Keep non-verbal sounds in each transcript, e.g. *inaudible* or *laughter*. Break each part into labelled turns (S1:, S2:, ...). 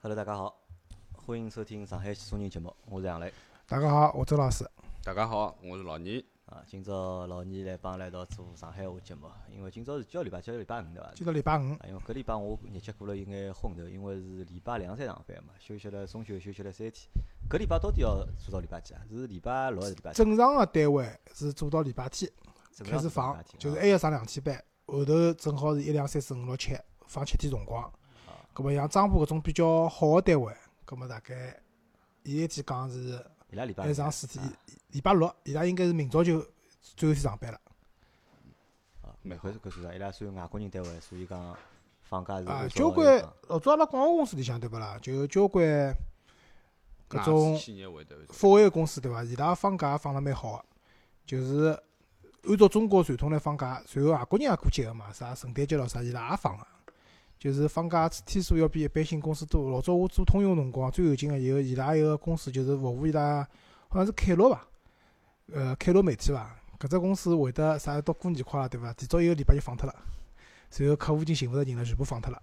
S1: Hello，大家好，欢迎收听上海戏中人节目，我是杨磊
S2: 大家好，我周老师。
S3: 大家好，我是老倪。
S1: 啊。今朝老倪来帮阿拉一道做上海话节目，因为今朝是几号礼拜？今朝礼拜五对伐？
S2: 今朝礼拜五
S1: 啊，因为搿礼拜我日脚过了有眼昏头，因为是礼拜两才上班嘛，休息了中秋休息了三天。搿礼拜到底要做到礼拜几啊？是礼拜六还是礼拜天？
S2: 正常的单位是做到礼拜天
S1: 正
S2: 开
S1: 常
S2: 始
S1: 是礼
S2: 放
S1: 拜，天
S2: 就是
S1: 啊
S2: 还要上两天班，后头正好是一两三四五六七放七天辰
S1: 啊
S2: 光。葛么像张浦搿种比较好的单位，葛么大概伊一天讲是
S1: 伊拉礼拜
S2: 还
S1: 五
S2: 上四天
S1: 啊，
S2: 礼拜六伊拉应该是明朝就最后一天上班了。
S1: 啊，
S3: 蛮好
S1: 搿是搿是啥？伊拉算外国人单位，所以讲放假是
S2: 啊
S1: 按，照
S2: 交
S1: 那
S2: 关
S1: 个
S2: 老早阿拉广告公司里向对勿啦？就交关搿种
S3: 外资企业啊会得
S2: 国外公司对伐？伊拉放假放了蛮好个，啊就是按照中国传统来放假，随后外国人也过节个嘛，啥圣诞节咯啥，伊拉也放个，就是放假天数要比一般性公司多。老早我做通用辰光，最有劲个有伊拉一个公司，就是服务伊拉，好像是凯乐伐，呃，凯乐媒体伐，搿只公司会得啥到过年快了对伐？提早一个礼拜就放脱了，随后客户已经寻勿着人了，全部放脱了。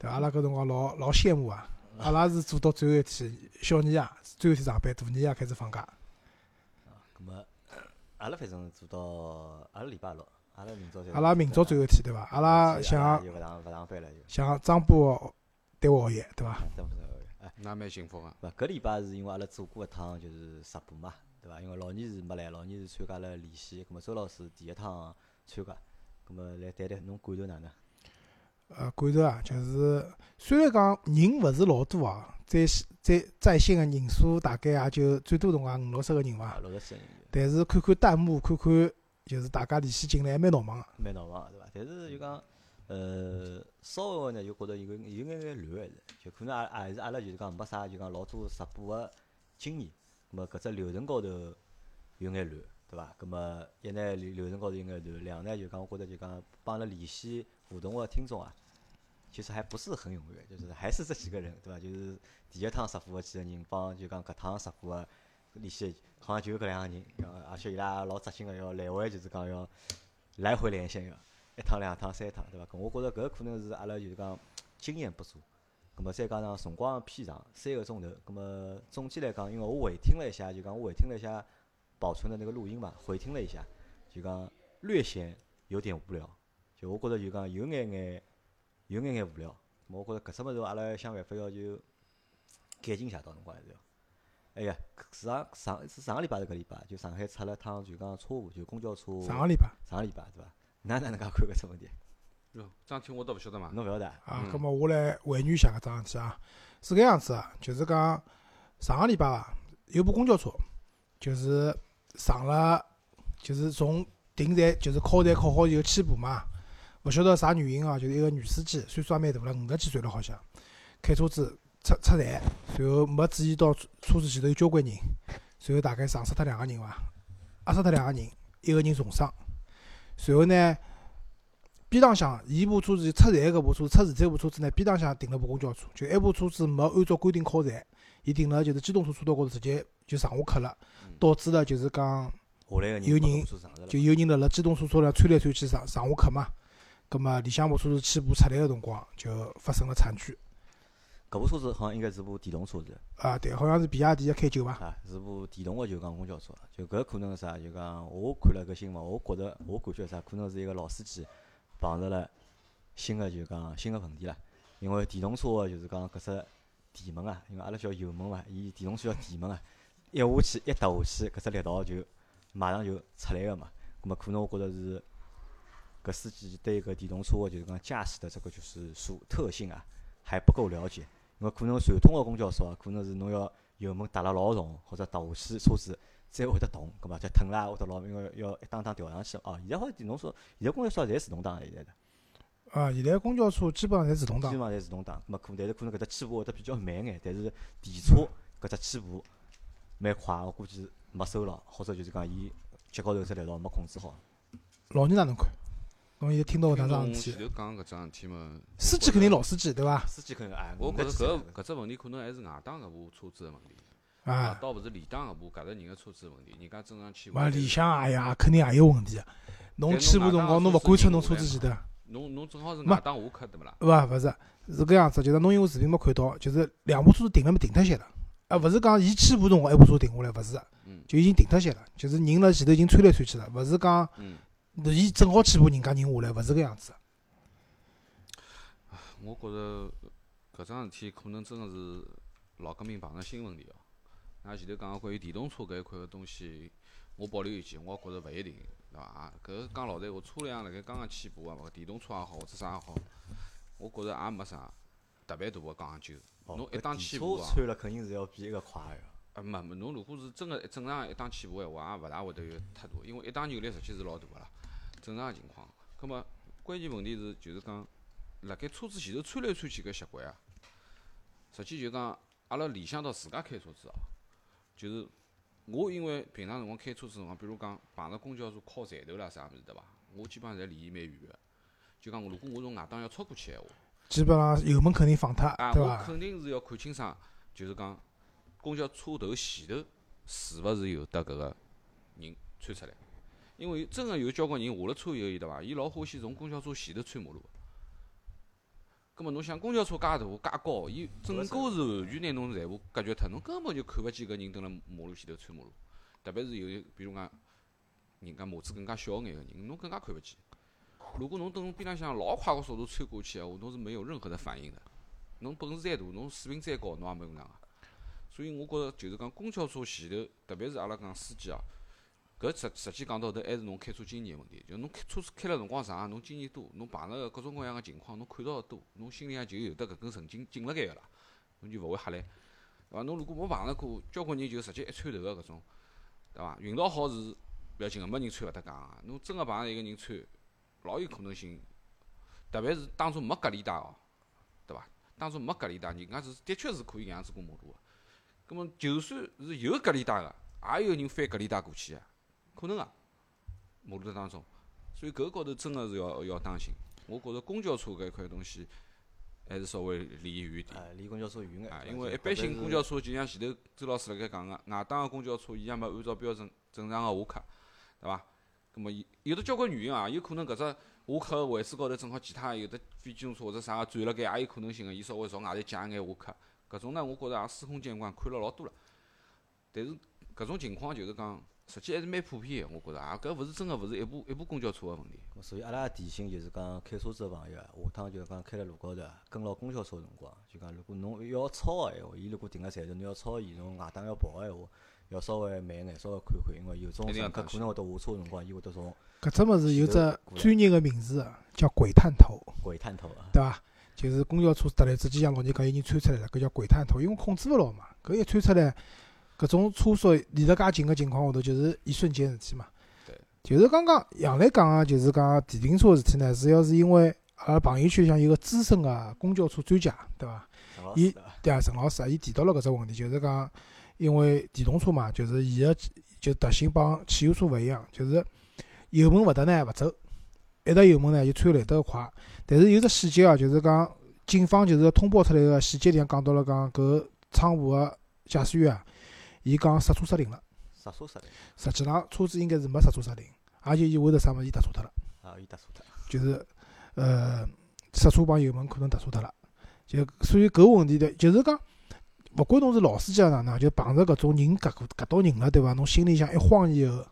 S2: 对伐？阿拉搿辰光老老羡慕啊！阿拉是做到最后一天，小年夜最后一天上班，大年夜开始放假。
S1: 咁么，阿拉反正做到阿拉礼拜六，阿拉明朝才。
S2: 阿拉明朝最后一天对伐？阿
S1: 嗯
S2: 拉像
S1: 就勿上勿上班了就。
S2: 像张浦单位熬夜对伐？
S1: 啊对不对？哎，
S3: 那蛮幸福啊。
S1: 勿搿礼拜是因为阿拉做过一趟就是直播嘛，对伐？因为老倪是没来，老倪是参加了联系，咁么周老师第一趟参加，咁么来谈谈侬感受哪能？
S2: 呃，感受啊，就是虽然讲人勿是老多啊，在在在线个人数大概也就最多辰光五六十个人
S1: 啊，
S2: 伐，
S1: 六十几个人就
S2: 但是看看弹幕，看看就是大家联系进来，还蛮闹忙个。
S1: 蛮闹忙个对伐？但是就讲，呃，稍微呢就觉着有眼有眼眼乱还是，就可能也也是阿拉就是讲没啥就讲老多直播个经验，咁么搿只流程高头有眼乱，对伐？咁么一呢流流程高头有眼乱，两呢就讲我觉着就讲帮阿拉联系互动个听众啊。其实还不是很踊跃，就是还是这几个人，对伐？就是第一趟直播个几个人帮就讲搿趟直播个联系，好像就搿两个人，然后而且伊拉也老扎心个，要来回就是讲要来回连线个，一趟、两趟、三趟，对伐？搿我觉着搿可能是阿拉就是讲经验不足，葛末再加上辰光偏长，三个钟头，葛末总体来讲，因为我回听了一下，就讲我回听了一下保存的那个录音嘛，回听了一下，就讲略显有点无聊，就我觉着就讲有眼眼有眼眼无聊，葛末我觉着搿只物事阿拉想办法要就改进一下，到辰光还是要。哎呀，上上是上个礼拜还是搿礼拜，就上海出了趟就讲车祸，就公交车
S2: 上个礼拜
S1: 上个礼拜对伐？哪哪能介看搿只问题？
S3: 哟，张天我倒勿晓得嘛。
S1: 侬勿晓得啊？
S2: 啊，
S3: 嗯
S2: 葛末我来还原一下搿桩事体啊，是搿样子啊，就是讲上个礼拜伐，有部公交车，就是上了，就是从停站，就是靠站靠好以后起步嘛，勿晓得啥原因啊，就是一个女司机，岁数也蛮大了，五十几岁了好像，开车子出出站，然后没注意到车车子前头有交关人，然后大概撞死脱两个人伐，压死脱两个人，一个人重伤，然后呢。边浪向，伊部车子出站搿部车子，出站这部车子呢，边浪向停了部公交车，就埃部车子没按照规定靠站，伊停了就是机动车车道高头直接就上下客了，导致了就是讲
S1: 下来个人
S2: 有
S1: 把
S2: 人
S1: 公车上着了
S2: 就
S1: 嘛
S2: 有人辣辣机动车车辆穿来穿去上上下客嘛，葛末里向部车子起步出来个辰光就发生了惨剧
S1: 搿部车子好像应该是部电动车子
S2: 啊，对，好像是比亚迪个 K 九吧，
S1: 啊，是部电动个就讲公交车，就搿可能是啥？就讲我看了搿新闻，我觉着我感觉啥？可能是一个老司机碰着了新个就讲新个问题了，因为电动车个就是讲搿只电门啊，因为阿拉叫油门嘛，伊电动车叫电门啊，一下去一踏下去，搿只力道就马上就出来个嘛。葛末可能我觉着是搿司机对搿电动车个就是讲驾驶的这个就是属特性啊还不够了解，因为可能传统个公交车啊，可能是侬要油门踏了老重，或者踏下去车子才会得动，葛末再腾啊啦或者老因为要一档档调上去哦。现在好像电动车，现在公交车侪自动挡了，现在的，
S2: 啊，现在公交车基本上侪自动
S1: 基
S2: 挡
S1: 本，上侪自动挡，葛末可但是可能搿只起步会得比较慢眼，但是电车搿只起步蛮快，我估计没收牢，或者就是讲伊脚高头只力道没控制好。
S2: 老人哪能看？侬现在听到搿
S3: 听
S2: 桩桩
S3: 侬
S2: 事
S3: 前
S2: 体，
S3: 头讲搿桩事体嘛，
S2: 司机肯定老司机对伐？
S1: 司机可能哎，
S3: 我觉
S1: 没
S3: 着
S1: 几个
S3: 搿
S1: 人
S3: 搿只问题可能还是外档搿部车子个问题，
S2: 啊
S3: 啊，，倒勿是里档搿部搿搭人个车子个问题。人家正常去，
S2: 哎嘛，里向也有，肯定也有问题。侬起步辰光，侬勿观察侬车子前头，
S3: 侬侬正好是
S2: 没
S3: 外当下客对勿啦？
S2: 勿勿是，是搿样子，就是侬因为视频没看到，就是两部车子停了没停脱歇了，啊，勿是讲伊起步辰光一部车停下来，勿是
S3: 嗯，
S2: 就已经停脱歇了，就是人辣前头已经窜来窜去了，勿是讲
S3: 嗯，
S2: 伊正好起步人家人下来，勿是搿样子。
S3: 我觉着搿桩事体可能真个是老革命碰着新问题哦。㑚前头讲个关于电动车搿一块个东西，我保留意见，我也觉着勿一定，对伐？啊搿讲老实闲话，车辆辣盖刚刚起步啊，勿电动车也好，或者啥也好，我觉着也没啥特别大个讲究。
S1: 哦
S3: 侬一
S1: 搿
S3: 档
S1: 电
S3: 起
S1: 车
S3: 步啊
S1: 窜了肯定是要比一个快个。
S3: 啊，没没，侬如果是真个正常一档起步闲话，也勿大会得有太大，因为一档扭力实际是老大个啦。正常个情况，葛末关键问题是就是讲，辣盖车子前头窜来窜去搿习惯啊，实际就讲阿拉联想到自家开车子哦，就是我因为平常辰光开车子辰光，比如讲碰着公交车靠站头啦啥物事对伐，我基本上侪离伊蛮远个。就讲如果我从外档要超过去闲话，
S2: 基本上油门肯定放脱
S3: 啊，，
S2: 对
S3: 我
S2: 伐？
S3: 肯定是要看清爽，就是讲公交车头前头是勿是有得搿个人窜出来，因为真个有交关人下了车以后，伊对伐？伊老欢喜从公交车前头穿马路。葛末侬想，公交车介大介高，伊整个是完全拿侬全部隔绝脱，侬根本就看勿见搿人蹲辣马路前头穿马路。特别是有一，比如讲，人家码子更加小眼个人，侬更加看勿见。如果侬等侬边浪向老快个速度穿过去闲话，侬是没有任何的反应的。侬本事再大，侬水平再高，侬也没用场个。所以我觉着就是讲公交车前头，特别是阿拉讲司机啊，搿实实际讲到头还是侬开车经验个问题。就侬开车子开了辰光长，啊侬经验多，侬碰着各种各样个情况，侬看到个多，侬心里向就有得搿根神经紧辣盖个啦，侬就勿会吓来。对伐？侬如果没碰着过，交关人就直接一穿头个搿种，对伐？运道好是勿要紧个，没人穿勿搭讲个。侬真个碰着一个人穿，老有可能性，特别是当初没隔离带哦，对伐？当初没隔离带，人家是的确是可以搿样子过马路个。葛末就算是有隔离带个，也有人翻隔离带过去个，可能个、啊马路当中，所以搿高头真个是要要当心。我觉着公交车搿一块东西还是稍微离远一点。
S1: 哎，离公交车 *laughs* 远眼
S3: 啊，
S1: 对伐
S3: 因
S1: 就
S3: 为
S1: 特
S3: 一般
S1: 别
S3: 性
S1: 是
S3: 公交车就像前头周老师辣盖讲个，外档个公交车伊也没按照标准正常个下客，对伐？葛末伊有的交关原因啊，有可能搿只下客个位置高头正好其他有的非机动车或者啥个转辣盖，也有可能性个，伊稍微朝外头借一眼下客。搿种呢，我觉着也司空见惯，看了老多了。但是搿种情况就是讲，实际还是蛮普遍个，我觉着啊，搿勿是真个勿是一部一部公交车个问题。
S1: 咾所以阿拉提醒就是讲开车子个朋友啊，下趟就讲开辣路高头啊跟牢公交车个辰光，就讲如果侬要超个闲话，伊如果停个站头，侬要超伊，侬外档要跑个闲话，要稍微慢眼，稍微看看，因为有种
S3: 一定要
S1: 乘客
S3: 当
S1: 可
S3: 心
S1: 能会得下车个辰光，伊会得从
S2: 搿只物事有
S1: 前头
S2: 只
S1: 过来
S2: 专业个名字啊叫鬼探头，
S1: 鬼探头啊。
S2: 对伐？就是公交车突然之间像老人讲有人窜出来了，搿叫鬼探头，因为控制勿牢嘛。搿一窜出来，搿种车速离得介近个情况下头，就是一瞬间的事体嘛。
S3: 对。
S2: 就是刚刚杨澜讲个，就是讲电瓶车的事体呢，主要是因为阿拉朋友圈向有个资深个公交车专家，对伐？
S1: 陈老
S2: 伊
S1: 师啊
S2: 对啊，陈老师啊，伊提到了搿只问题，就是讲，因为电动车嘛，就是伊个就特性帮汽油车勿一样，就是油门勿踏呢勿走，一踏油门呢就窜来得快。但是有只细节啊，就是讲警方就是通报出来个细节里向讲到了讲搿窗户个驾驶员啊，伊讲刹车失灵了，
S1: 刹车失灵
S2: 实际上车子应该是没刹车失灵，也就意味着啥物事伊踏错脱了。
S1: 啊，伊踏错脱。
S2: 就是呃刹车帮油门可能踏错脱了，就所以搿问题的，就是讲，勿管侬是老司机啊哪能，就碰着搿种人夹过夹到人了，对伐？侬心里向一慌以后，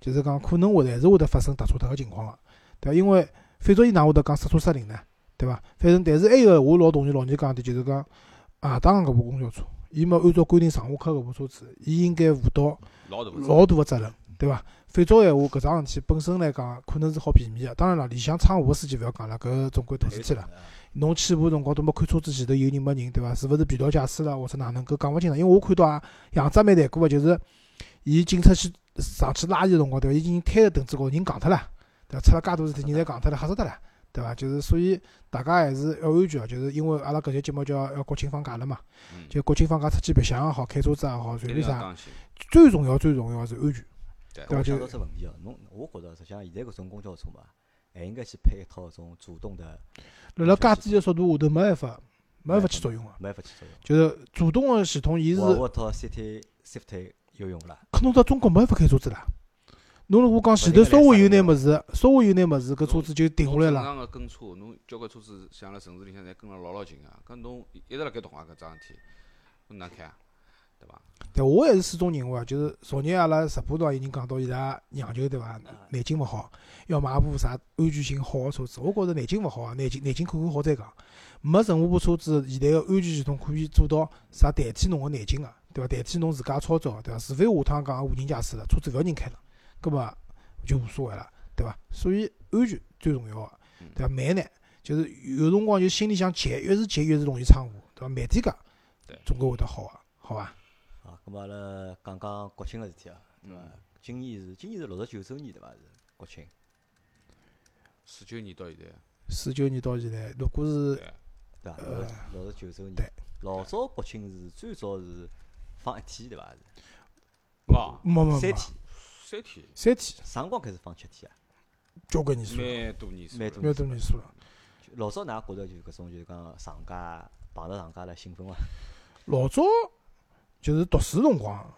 S2: 就是讲可能会还是会得发生踏车脱个情况个，对伐？因为反正伊哪会得讲刹车失灵呢，对伐？反正但是哎还有个我老同意老人讲的，就是讲啊，当然搿部公交车，伊没按照规定上下客搿部车子，伊应该负到。
S3: 老大个
S2: 老大个责任，对伐？反照闲话，搿桩事体本身来讲，可能是好避免个。当然了，里向窗户个事体勿要讲了，搿总归大事体了。
S1: 啊
S2: 侬起步辰光都没看车子前头有人没人，对伐？是勿是疲劳驾驶了，或者哪能？搿讲勿清爽。因为我看到啊，样子也蛮难过个，就是伊警察去上去拉伊个辰光，对伐？伊已经推了凳子高，人戆脱了，对伐？出了介大事体，人侪戆脱了，吓死脱了，对伐？就是所以大家还是要安全啊，就是因为阿拉搿节节目叫要国庆放假了嘛，
S3: 嗯，
S2: 就国庆放假出去白相也好，开车子也好，
S3: 一
S2: 随
S3: 定
S2: 便
S3: 要
S2: 啥，
S3: 当心。
S2: 最重要最重要是安全。
S3: 对
S2: 对
S1: 我
S2: 伐？
S1: 想
S2: 就
S1: 到只问题哦，侬我觉着实际上现在搿种公交车嘛，还应该去配一套搿种主动的，
S2: 辣辣介低个速度下头没办法，没办法起作用个。
S1: 没法去作用。
S2: 就是主动个系统，伊是
S1: 我我套 CT safety 有用勿啦？
S2: 可能到中国没办法开车子啦。侬如果讲前头稍微有眼物事，稍微有眼物事，搿车子就停下来
S3: 正
S2: 了。
S3: 常个跟车，侬交关车子像辣城市里向侪跟了老老紧个，搿侬一直辣盖动啊搿桩事体，侬哪开啊？对伐？
S2: 但我还是始终认为啊，就是昨日阿拉直播当已经讲到伊拉酿酒对伐？南京勿好，要买部啥安全性好个车子。我觉着南京勿好啊，南京南京看看好再讲。没任何部车子现在个安全系统可以做到啥代替侬个南京个，啊对伐？代替侬自家操作，对伐？除非下趟讲无人驾驶了，车子勿要人开了，搿么就无所谓了，对伐？所以安全最重要个，啊对伐？慢呢，就是有辰光就心里想急，越是急越是容易闯祸，对伐？慢点讲
S3: 对，
S2: 总归会得好个，好伐？
S1: 啊，咁阿拉讲讲国庆个事体啊，对伐？
S3: 嗯
S1: 今年是今年是六十九周年对伐？是国庆，
S3: 四九年到现在，
S2: 四九年到现在，如果
S1: 呃
S2: 是
S1: 对
S3: 对，
S1: 伐？六十六十九周年
S2: 呃对。
S1: 老早国庆是最早是放一天对伐？是
S3: 哇，
S2: 没没
S1: 三
S2: 没
S1: 天，
S3: 哦三天，
S2: 三天，
S1: 啥辰光开始放七天啊？
S2: 交关年数了，
S3: 蛮多年数
S1: 蛮
S3: 了，
S1: 多
S2: 蛮多年数了。
S1: 就老早㑚觉着就是搿种就是讲长假碰着长假来兴奋伐？
S2: 老早就是读书辰光，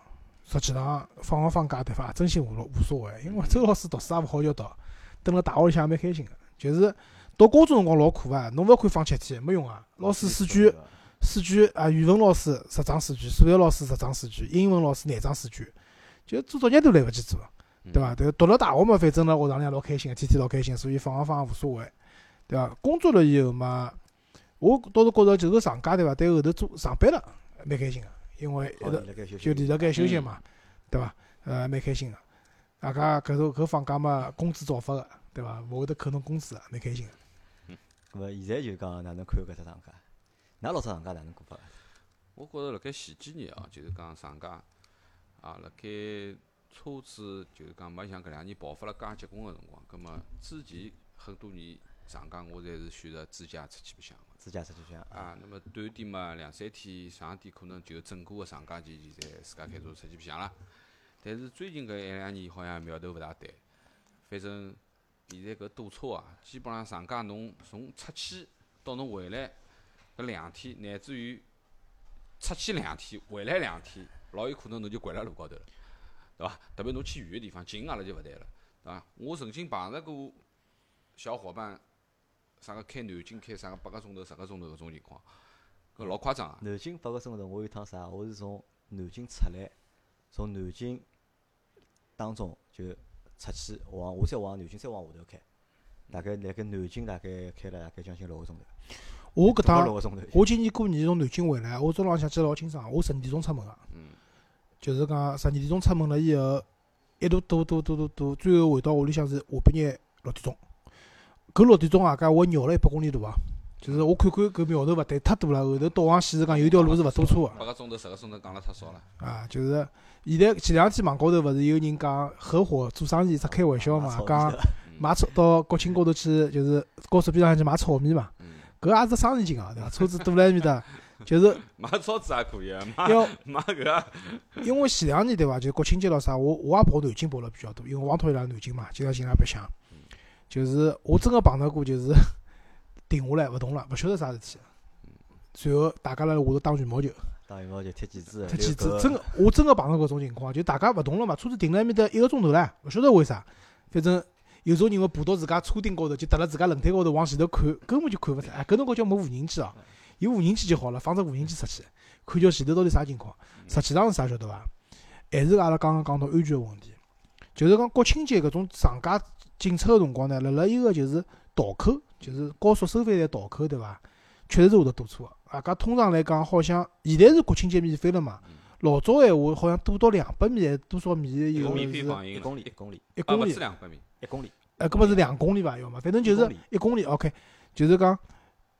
S2: 实际上放勿放假对伐？真心无无所谓，因为周老师读书也勿好叫读，蹲辣大学里向也蛮开心个。就是到高中辰光老苦啊，侬勿要看放七天，没用啊。老师试卷
S1: 对伐
S2: 试卷啊，语文老师十张试卷，数学老师十张试卷，英文老师廿张试卷，就做作业都来勿及做。对伐？
S3: 嗯？
S2: 对，读了大学嘛，反正辣学堂里向老开心，天天老开心，所以放啊放也无所谓，对伐？工作了以后嘛，我倒是觉着就是长假对伐？对后头做上班了蛮开心个，因为一
S1: 好
S2: 直
S1: 现在该休息
S2: 就
S1: 了
S2: 连着该休息嘛，对伐？呃，蛮开心个。大家搿头搿放假嘛，工资照发个，对伐？勿会得扣侬工资个，蛮开心个。
S1: 咁么现在就讲哪能看搿只长假？㑚老早长假哪能过法？
S3: 我觉着辣盖前几年啊，就是讲长假啊，辣盖车子就是讲没像搿两年爆发了介结棍个辰光，葛末之前很多年长假我侪是选择自驾出去白相个
S1: 自驾车就像啊，
S3: 啊，那么短点嘛两三天，长点可能就整个个长假期就侪自家开车出去白相啦。但是最近搿一两年好像苗头勿大对，反正现在搿堵车啊，基本上长假侬从出去到侬回来搿两天，乃至于出去两天，回来两天，老有可能侬就掼辣路高头了，对伐？特别侬去远个地方，近阿拉就勿谈了，对伐？我曾经碰着过小伙伴，啥个开南京开啥个八个钟头、十个钟头搿种情况，搿老夸张啊！
S1: 南京八个钟头，我有一趟啥？我是从南京出来，从南京当中就出去往，我再往南京再往下头开，大概辣盖南京大概开了大概将近六个钟头，
S2: 我搿
S1: 总
S2: 趟
S1: 共六个钟头。
S2: 我今年过年从南京回来，我早浪向记得老清爽，我十二点钟出门个，就是讲十二点钟出门了以后，一路堵堵堵堵堵，最后回到屋里向是下半夜六点钟。搿六点钟啊，介我绕了一百公里路啊，就是我看看搿苗头勿对，太堵了。后头导航显示讲有一条路是勿堵啊车个
S3: 八个钟头、十个钟头讲了太少了，
S2: 啊，就是现在前两天网高头勿是有人讲合伙做生意，只开玩笑
S1: 啊
S2: 嘛，讲买炒到国庆高头去，就是高速边浪向去买炒米嘛，
S3: 嗯，
S2: 搿也是生意经啊，对伐？车子堵辣埃面搭，就是
S3: 买车子也可以啊，买
S2: 要。
S3: 买搿个，
S2: 哎因为前两年对伐，就国庆节咾啥，我我也跑南京跑了比较多，因为我王涛伊拉南京嘛，经常进来白相。就是我真个碰到过，就是 *laughs* 停下来勿动了，勿晓得啥事体。随后大家辣下头打羽毛球，
S1: 打羽毛球踢毽子，
S2: 踢毽
S1: 遛
S2: 子，
S1: 狗
S2: 真个我真个碰到搿种情况，就大家勿动了嘛，车子停辣埃面搭一个钟头唻，勿晓得为啥。反正有种人会爬到自家车顶高头，就搭辣自家轮胎高头往前头看，根本就看勿出。哎，搿辰光叫没无人机哦，有无人机就好了，放只无人机出去，看叫前头到底啥情况。实际上是啥晓得伐？还是阿拉刚刚讲到安全个问题，就是讲国庆节搿种长假进出个辰光呢，辣辣伊个就是倒扣，就是高速收费站倒扣，对伐？确实是会得堵车个。啊，搿通常来讲，好像现在是国庆节免费了嘛。
S1: 嗯
S2: 老早闲话好像多到两百米还是多少米以
S3: 有
S2: 后
S3: 免
S2: 是
S3: 费放
S1: 一
S3: 映了，
S1: 公里，一公里，
S2: 一
S3: 啊，
S2: 公
S3: 勿
S2: 里
S3: 止，两百米，
S1: 一公里。
S2: 呃，搿么是两公里伐？要么，反正就
S1: 一
S2: 是
S1: 公里
S2: 一公里。OK，就是讲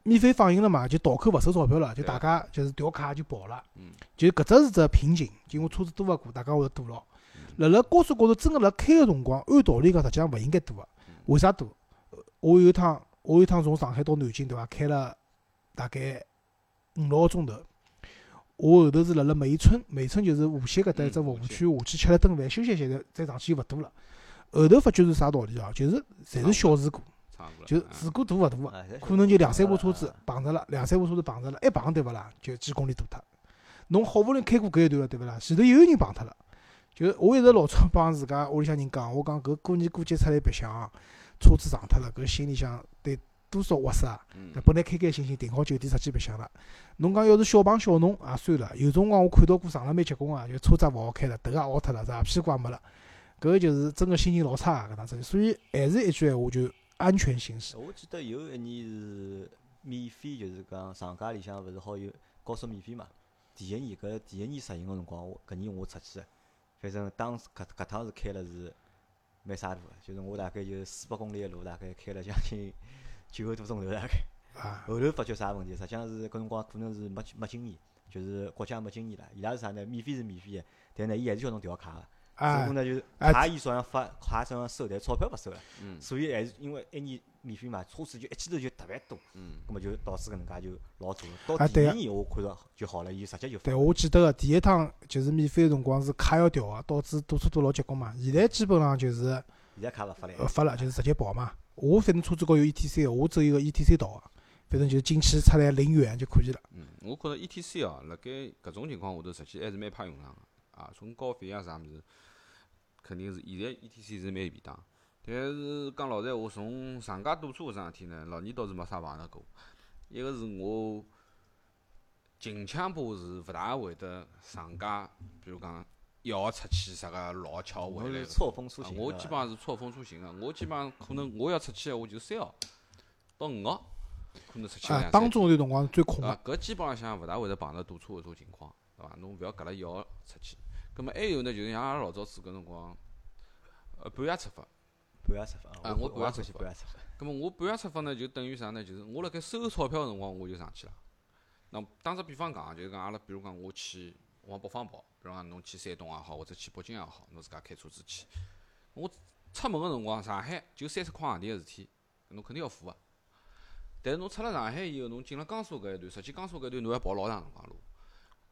S2: 免费放映了嘛，就倒扣勿收钞票了，就大家就是调卡就跑了。
S3: 嗯，
S2: 就搿只是只瓶颈，因为车子多勿啊过，大家会得堵牢。
S3: 嗯
S2: 辣辣高速高头真个辣开个辰光，按道理讲实际上勿应该堵个，
S3: 嗯
S2: 为啥堵？呃我有一趟，我有一趟从上海到南京，对伐？开了大概五六个钟头。我后头是辣辣梅村，梅村就是无锡搿搭一只
S3: 嗯
S2: 服务区，下
S3: 无锡
S2: 去吃了顿饭，休息一下，再再上去就勿堵了。后头发觉是啥道理啊？就是侪是小事故，
S3: 差不多了，
S2: 就是
S3: 嗯
S2: 事故大勿大个，
S1: 啊
S2: 可能就两三部车子碰着了，两三部车子碰着了，一碰对勿啦，就几公里堵脱。侬好不容易开过搿一段了，对勿啦？前头又有人碰脱了，就我一直老早帮自家屋里向人讲，我讲搿过年过节出来白相啊，车子撞脱了，搿心里向得多少窝塞啊！
S3: 嗯
S2: 那本来开开心心订好酒店出去白相了，侬讲要是小碰小弄也算了，有辰光我看到过上了蛮结棍啊，就车子也勿好开了，头也凹脱了，是吧？屁股也没了，搿就是真个心情老差啊，搿能子。所以还是一句闲话，就安全行驶。
S1: 我记得有一年是免费，就是讲长假里向勿是好有高速免费嘛。第一年搿第一年实行个辰光，我搿年我出去，反正当时搿搿趟是开了是蛮啥路个，就是我大概有四百公里个路，大概开了将近九个多钟头大概。
S2: 啊，
S1: 后头发觉啥问题？实际上是搿辰光可能是没没经验，就是国家没经验了。伊拉是啥呢？免费是免费个，但呢伊还是叫侬调卡个。只不
S2: 哎
S1: 过，呢就是
S2: 哎
S1: 卡伊照样发，卡照样收，但钞票勿收了。
S3: 嗯
S1: 所以还是因为一年免费嘛，车子就一记头就特别多，
S3: 嗯，
S1: 葛么就导致搿能介就老多。到
S2: 啊
S1: 第
S2: 对
S1: 二
S2: 啊
S1: 年我看到就好了，伊直接就发
S2: 对，我记得个第一趟就是免费个辰光是卡要调个，啊导致多车多老结棍嘛。现在基本上就是呃
S1: 现在卡勿发了。
S2: 勿发了，就是直接跑嘛。我反正车子高有 ETC，的我走一个 ETC 道个，反正就是进去出来零元就可以了。
S3: 嗯，我觉着 E T C 啊，辣盖搿种情况下头，实际还是蛮怕用场个啊。从高费啊啥物事，肯定是现在 E T C 是蛮便当。但是讲老实闲话，从长假堵车搿桩事体呢，老年倒是没啥碰着过。一个是我近腔部是勿大会得长假，比如讲一号出去啥个老巧
S1: 我
S3: 回哦来
S1: 是
S3: 个。
S1: 错峰出
S3: 啊
S1: 行。
S3: 我
S1: 对
S3: 基
S1: 伐
S3: 本上是错峰出行个，啊我基本上可能我要出去，我就三号到五号，可能出去
S2: 啊，
S3: 两三
S2: 当
S3: 天
S2: 中有段辰光是最空个。
S3: 啊，搿基本浪向勿大会得碰着堵车搿种情况，对伐？侬勿要搿了一号出去。葛末还有呢，就是像阿拉老早子搿辰光，呃，半夜出发。
S1: 半夜出发。
S3: 啊
S1: 我
S3: 我半夜
S1: 出去
S3: 出发
S1: 半夜出发。
S3: 葛末我半夜出发呢，就等于啥呢？就是我辣盖收钞票个辰光，我就上去了。那打只比方讲啊，就是讲阿拉，比如讲我去往北方跑，比如讲侬去山东也好，或者去北京也好，侬自家开车子去。我出门个辰光，上海就三十块洋钿个事体，侬肯定要付个。啊但是侬出了上海以后，侬进了江苏搿一段，实际江苏搿一段侬要跑老长辰光路，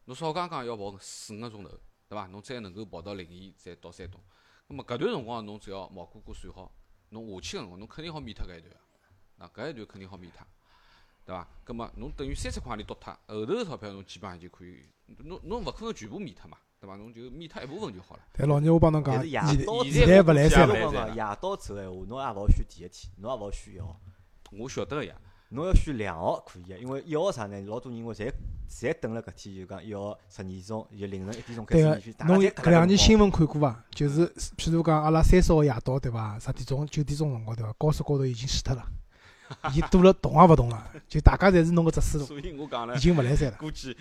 S3: 侬少讲讲要跑四五个钟头，对伐？侬再能够跑到临沂，再到山东。那么搿段辰光侬只要毛哥哥算好，侬下去个辰光侬肯定好免脱搿一段个，那搿一段肯定好免脱，对伐？葛末侬等于三十块钿剁脱，后头个钞票侬基本上就可以，侬侬勿可能全部免脱嘛，对伐？侬就免脱一部分就好了。
S2: 但老年我帮侬讲，
S1: 但是夜
S2: 现
S1: 到
S2: 在
S1: 走
S2: 现在勿来三
S3: 了
S2: 了
S1: 夜。到嘛夜到走闲话，侬也勿好选第一天，侬也勿好选一号，
S3: 我晓得个呀， *laughs*
S1: 侬要选两号可以个，因为一号啥呢？老多人因为侪侪等了搿天，就讲一号十二点钟，就凌晨一点钟开
S2: 对
S1: 始
S2: 个
S1: 免费。大，家
S2: 侬
S1: 侪
S2: 搿
S1: 搿
S2: 两年新闻看过伐？
S1: 嗯
S2: 就是譬如讲阿拉三四号夜到对伐？十点钟、九点钟辰光对伐？高速高头已经死脱了，已经堵了动也勿动了，就大家侪是侬搿只思路，
S3: 所以我讲了
S1: *laughs*
S2: 已。经勿来三了。
S3: 估计，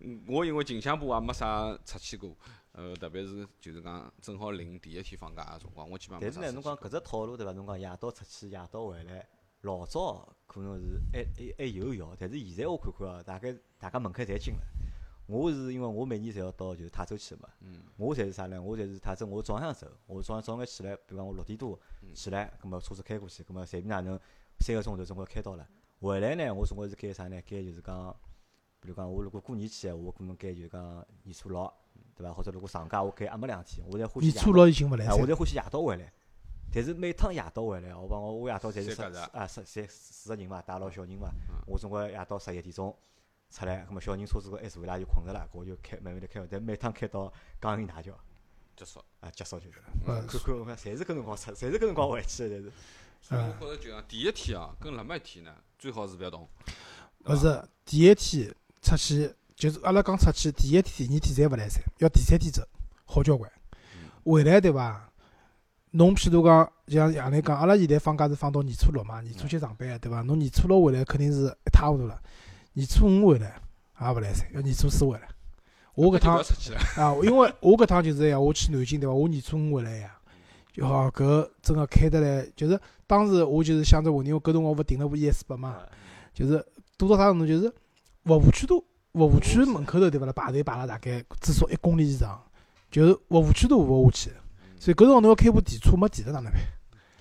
S3: 嗯我因为近腔部也没啥出去过，呃，特别是就是讲正好领第一天放假个辰光，我基本上没
S1: 但是
S3: 啥
S1: 呢，
S3: 出
S1: 侬
S3: 去
S1: 讲
S3: 过
S1: 搿只套路对伐？侬讲夜到出去，夜到回来，老早可能是还还还有效，但是现在我看看啊，大概大家门槛侪进了。我是因为我每年侪要到就是泰州去嘛，
S3: 嗯
S1: 我侪是啥呢？我侪是泰州，我早浪向走，我早浪早眼起来，比如讲我六点多
S3: 嗯
S1: 起来，葛末车子开过去，葛末随便哪能三个钟头总归开到了。回来呢，我总归是该啥呢？该就是讲，比如讲我如果过年去，我可能该就是讲年初六，对伐？或者如果长假我该阿没两天，我侪欢喜
S2: 年
S1: 夜
S2: 初
S1: 到
S2: 六已经勿来
S1: 哎，
S2: 三
S1: 我
S2: 了，
S1: 侪欢喜夜到回来，但是每趟夜到回来，我帮我我夜到侪是
S3: 三
S1: 十
S3: 家子
S1: 啊十三四个人嘛，带牢小人嘛
S3: 嗯，
S1: 我总归夜到十一点钟出来，葛末小人车子高一坐，伊拉就困着了，我就开慢慢的开，但每趟开到江阴大桥
S3: 结束。
S1: 啊结束就是，
S2: 呃
S1: 看，看我看侪是搿辰光出，侪是搿辰光回去的，侪是。
S3: 所以
S2: *laughs*
S3: 我
S2: 嗯
S3: 觉着就讲第一天啊，跟辣末一天呢，最好是勿要动。
S2: 勿
S3: 啊
S2: 是第一天出去，就是阿拉讲出去第一天、第二天侪勿来三，要第三天走，好交关。
S3: 嗯
S2: 回来对伐？侬譬如讲，像杨澜讲，阿拉现在放假是放到年初六嘛，年初七上班对
S3: 嗯
S2: 伐？侬年初六回来肯定是一塌糊涂了，年初五回来也勿来三，要年初四回来。我搿
S3: *laughs* 那就
S2: 趟
S3: 勿要出去了，
S2: 啊，因为我搿趟就是呀，我去南京对伐？我年初五回来呀，就好搿真个开得来，就是当时我就是想着问题，因为搿辰光勿订了部 ES 八嘛，
S1: 啊
S2: 就是多到啥程度，就是服务区都服务区门口头对伐啦，排队排了大概至少一公里以上，就是服务区都服勿下去，
S3: 嗯
S2: 所以搿辰光侬要开部电车没电了哪能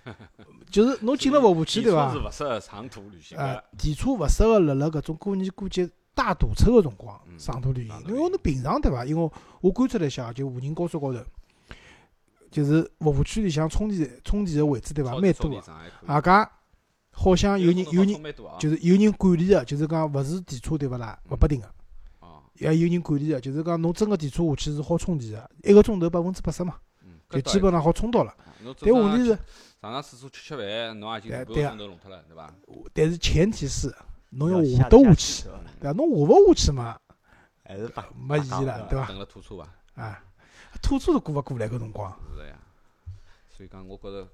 S2: 办？ *laughs* 就是侬进了服务区对伐？
S3: 是勿适合长途旅行
S2: 呃
S3: 个。，
S2: 电车勿适合辣辣搿种过年过节大堵车个辰光
S3: 嗯
S2: 长途旅行
S3: 长，途
S2: 因
S3: 旅
S2: 为
S3: 行
S2: 侬平常对伐？因为我观察了一下，就沪宁高速高头，就是服务区里向充电充电个位置对伐？
S3: 超
S2: 蛮
S3: 超
S2: 多
S3: 里
S2: 个，
S3: 程还可以
S2: 外加好啊像有人
S3: 交通
S2: 有
S3: 交
S2: 人
S3: 通蛮多啊
S2: 就是有人管理个，就是讲勿是电车对勿啦？勿拨停个，
S3: 啊，
S2: 也有人管理个，就是讲侬真个提车下去是好充电个，一个钟头百分之八十嘛，
S3: 嗯，
S2: 就
S3: 搿倒
S2: 基
S3: 也
S2: 本上好充到了。
S3: 是侬
S2: 但
S3: 正
S2: 问
S3: 常
S2: 题是，
S3: 上上厕所吃吃饭，侬也已
S2: 对
S3: 经半个
S2: 对啊
S3: 钟头弄脱了，对伐？
S2: 但是前提是侬
S1: 要
S2: 要
S1: 下
S2: 下得
S1: 下
S2: 下
S1: 去
S2: 去，
S1: 对伐
S2: 对啊伐？侬下勿下去嘛，
S1: 还是把
S2: 没意义了，对伐？
S3: 等了吐车伐？
S2: 啊，吐车都过勿过来搿辰光，
S3: 是的呀。所以讲，我觉着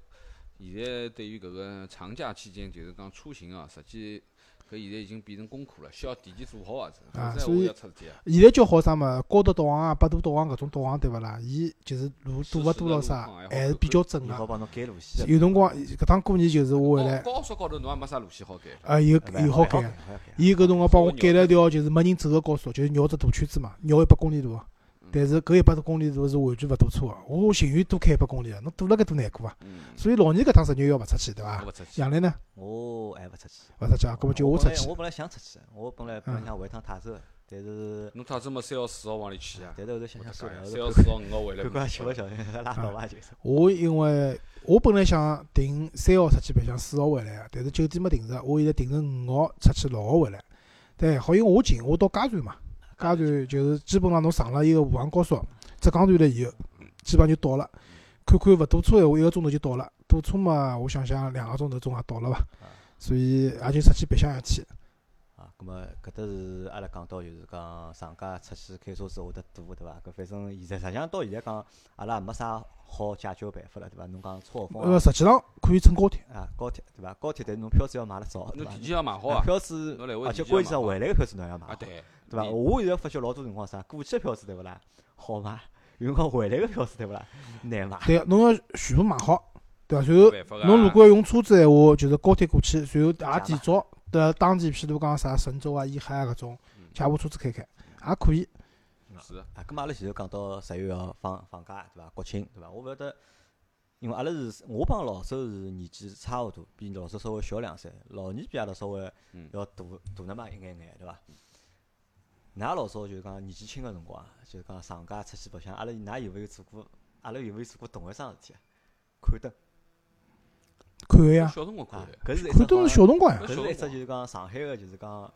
S3: 现在对于搿个长假期间，就是讲出行啊，实际搿现在已经变成功课了，需要提前做好啊，这
S2: 啊
S3: 否则
S2: 所
S3: 我
S2: 以
S3: 要出去啊。
S2: 现在叫好啥嘛？高德导航啊、百度导航搿种导航对勿啦？伊就是路
S3: 实
S2: 堵勿
S3: 时
S2: 多
S3: 的
S2: 少
S3: 路
S2: 啥
S3: 况，还
S2: 还
S3: 好哦
S2: 是比较准
S1: 伊好
S2: 个。
S1: 帮侬改路线，
S2: 有辰光搿趟过年就是我回来，
S3: 高高速高头侬也没啥路线好改，
S2: 啊，有
S1: 哎
S2: 有好改。
S1: 改，好改
S2: 伊搿辰光帮我改了一条就是没人走个高速，就是绕只大圈子嘛，绕一百公里路。啊
S3: 嗯
S2: 但是搿一百多公里路是完全勿堵车个，我情愿多开一百公里啊，侬堵了该多难过啊！
S3: 嗯，
S2: 所以老年搿趟十年要勿出去，对伐
S3: 我？勿出去。
S2: 杨澜呢，
S1: 我还勿出去。
S2: 勿出去啊，搿么就
S1: 我
S2: 我出
S1: 本来
S2: 去嗯
S1: 我本来想出去，我本来本来想回趟泰州的，但是
S3: 侬他这么三号四号往里去啊？
S1: 但是后头
S3: 我
S1: 想
S3: 的
S1: 想算
S3: 妈呀
S1: 了，
S3: 三
S1: 后 *laughs*
S3: 号
S1: 头
S3: 四号五号回来
S1: 看
S3: 没
S1: 看
S3: 去
S1: 小
S3: 了
S1: 勿小心
S3: 嗯
S1: 拉倒吧，就是。
S2: 我因为我本来想订三号出去，白相四号回来啊个，但是酒店没订着，我现在订成五号出去，六号回来。对，好，因为我近，我到嘉善嘛，嘉善就是基本上侬上了一个武汉高速，浙江段了以后，基本上就到了。看看勿堵车闲话，一个钟头就到了；堵车嘛，我想想两个钟头总也到了伐
S1: 啊。
S2: 所以也就出去白相一天。
S1: 啊，咁么搿搭是阿拉讲到就是讲上家出去开车子会得堵，对伐？搿反正现在实际上到现在讲，阿拉也没啥好解决办法了，对伐？侬讲错峰
S2: 呃，
S1: 啊
S2: 实际上可以乘高铁。
S1: 啊，高铁对伐？高铁但是侬票子要买了早，对
S3: 侬
S1: 伐
S3: 提？前要买好
S1: 啊
S3: 啊。
S1: 票子
S3: 侬来，回
S1: 而
S3: 提
S1: 且
S3: 前
S1: 关
S3: 要
S1: 键是
S3: 买好
S1: 回来个票子侬要买
S3: 啊，
S1: 好，
S3: 对，
S1: 对伐？
S3: 你
S1: 我现在发觉老多辰光啥，过去的票子对勿啦？好买，有辰光回来个票子对勿啦？难买。
S2: 对，侬要全部买好，对伐？然后
S3: 没办法
S2: 侬
S3: 啊
S2: 如果要用车子闲话，就是高铁过去，然后
S1: 嘛
S2: 也提早的当地，譬如讲啥神州啊、沿海啊搿种，借部车子开开也可以。
S3: 是的
S1: 啊，咁嘛阿拉前头讲到十一月要放放假，对伐？国庆，对伐？我勿晓得，因为阿拉是，我帮老周是年纪差勿多，比老周稍微小两岁，老二比阿拉稍微
S3: 嗯
S1: 要大大那么一眼眼，对伐？㑚老早就是讲年纪轻个辰光，就是讲上家出去白相，阿拉㑚有没有做过？阿拉有没有做过同一桩事体啊？看灯
S2: 看个呀，
S3: 小辰光看
S1: 啊
S3: 的，，
S1: 搿是一只
S2: 看灯
S1: 好
S2: 是小辰光呀，
S1: 搿是一只就是讲上海个就是讲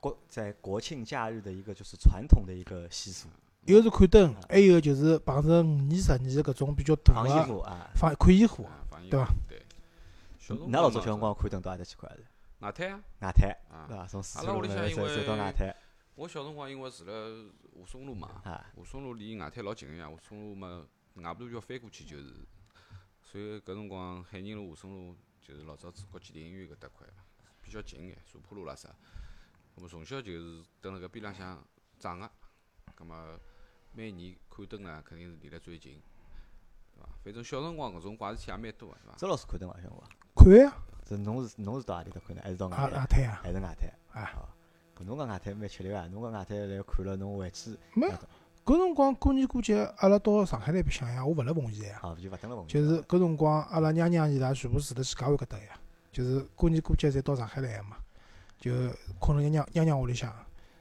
S1: 国在国庆假日的一个就是传统的一个习俗，
S2: 一个是看灯，还有一个就是碰着五年、十年搿种比较大
S1: 放烟
S2: 个
S1: 火啊。
S2: 放看烟火。
S3: 啊，反正
S2: 对伐
S3: 对。小辰
S1: 㑚
S3: 光
S1: 老早
S3: 嘛
S1: 小辰光看灯到阿搭去看的？
S3: 外滩啊
S1: 外滩，
S3: 啊
S1: 对，伐？从四
S3: 阿
S1: 川
S3: 拉
S1: 路
S3: 屋里向啊
S1: 走
S3: 因
S1: 走走到
S3: 为
S1: 外滩
S3: 我小辰光因为住了华淞路嘛，
S1: 啊，
S3: 华淞路离外滩老近个呀，华淞路嘛外婆头桥翻过去就是，所以搿辰光海宁路、华淞路就是老早国际电影院搿搭块嘛，啊比较近眼，茶坡路啦啥。那么从小就是蹲辣搿边浪向长个，葛么每年看灯呢肯定是离得最近，对伐？反正小辰光搿种怪事体也蛮多个，对伐？
S1: 周老师看灯伐？小辰光，
S2: 看个呀，
S1: 这侬是侬是到阿里搭看的，还是到外
S2: 啊
S1: 滩
S2: 啊？对呀，
S1: 还是外滩？
S2: 啊
S1: 啊，搿侬讲外滩蛮吃力啊个，侬讲外滩来看了，侬回去
S2: 没搿辰光过年过节，阿拉到上海来白相呀，我勿辣奉贤呀，
S1: 啊，就勿等了朋友。
S2: 就是搿辰光阿拉娘娘伊拉全部住辣徐家汇搿搭呀，就是过年过节侪到上海来个嘛，就困辣娘娘娘娘屋里向，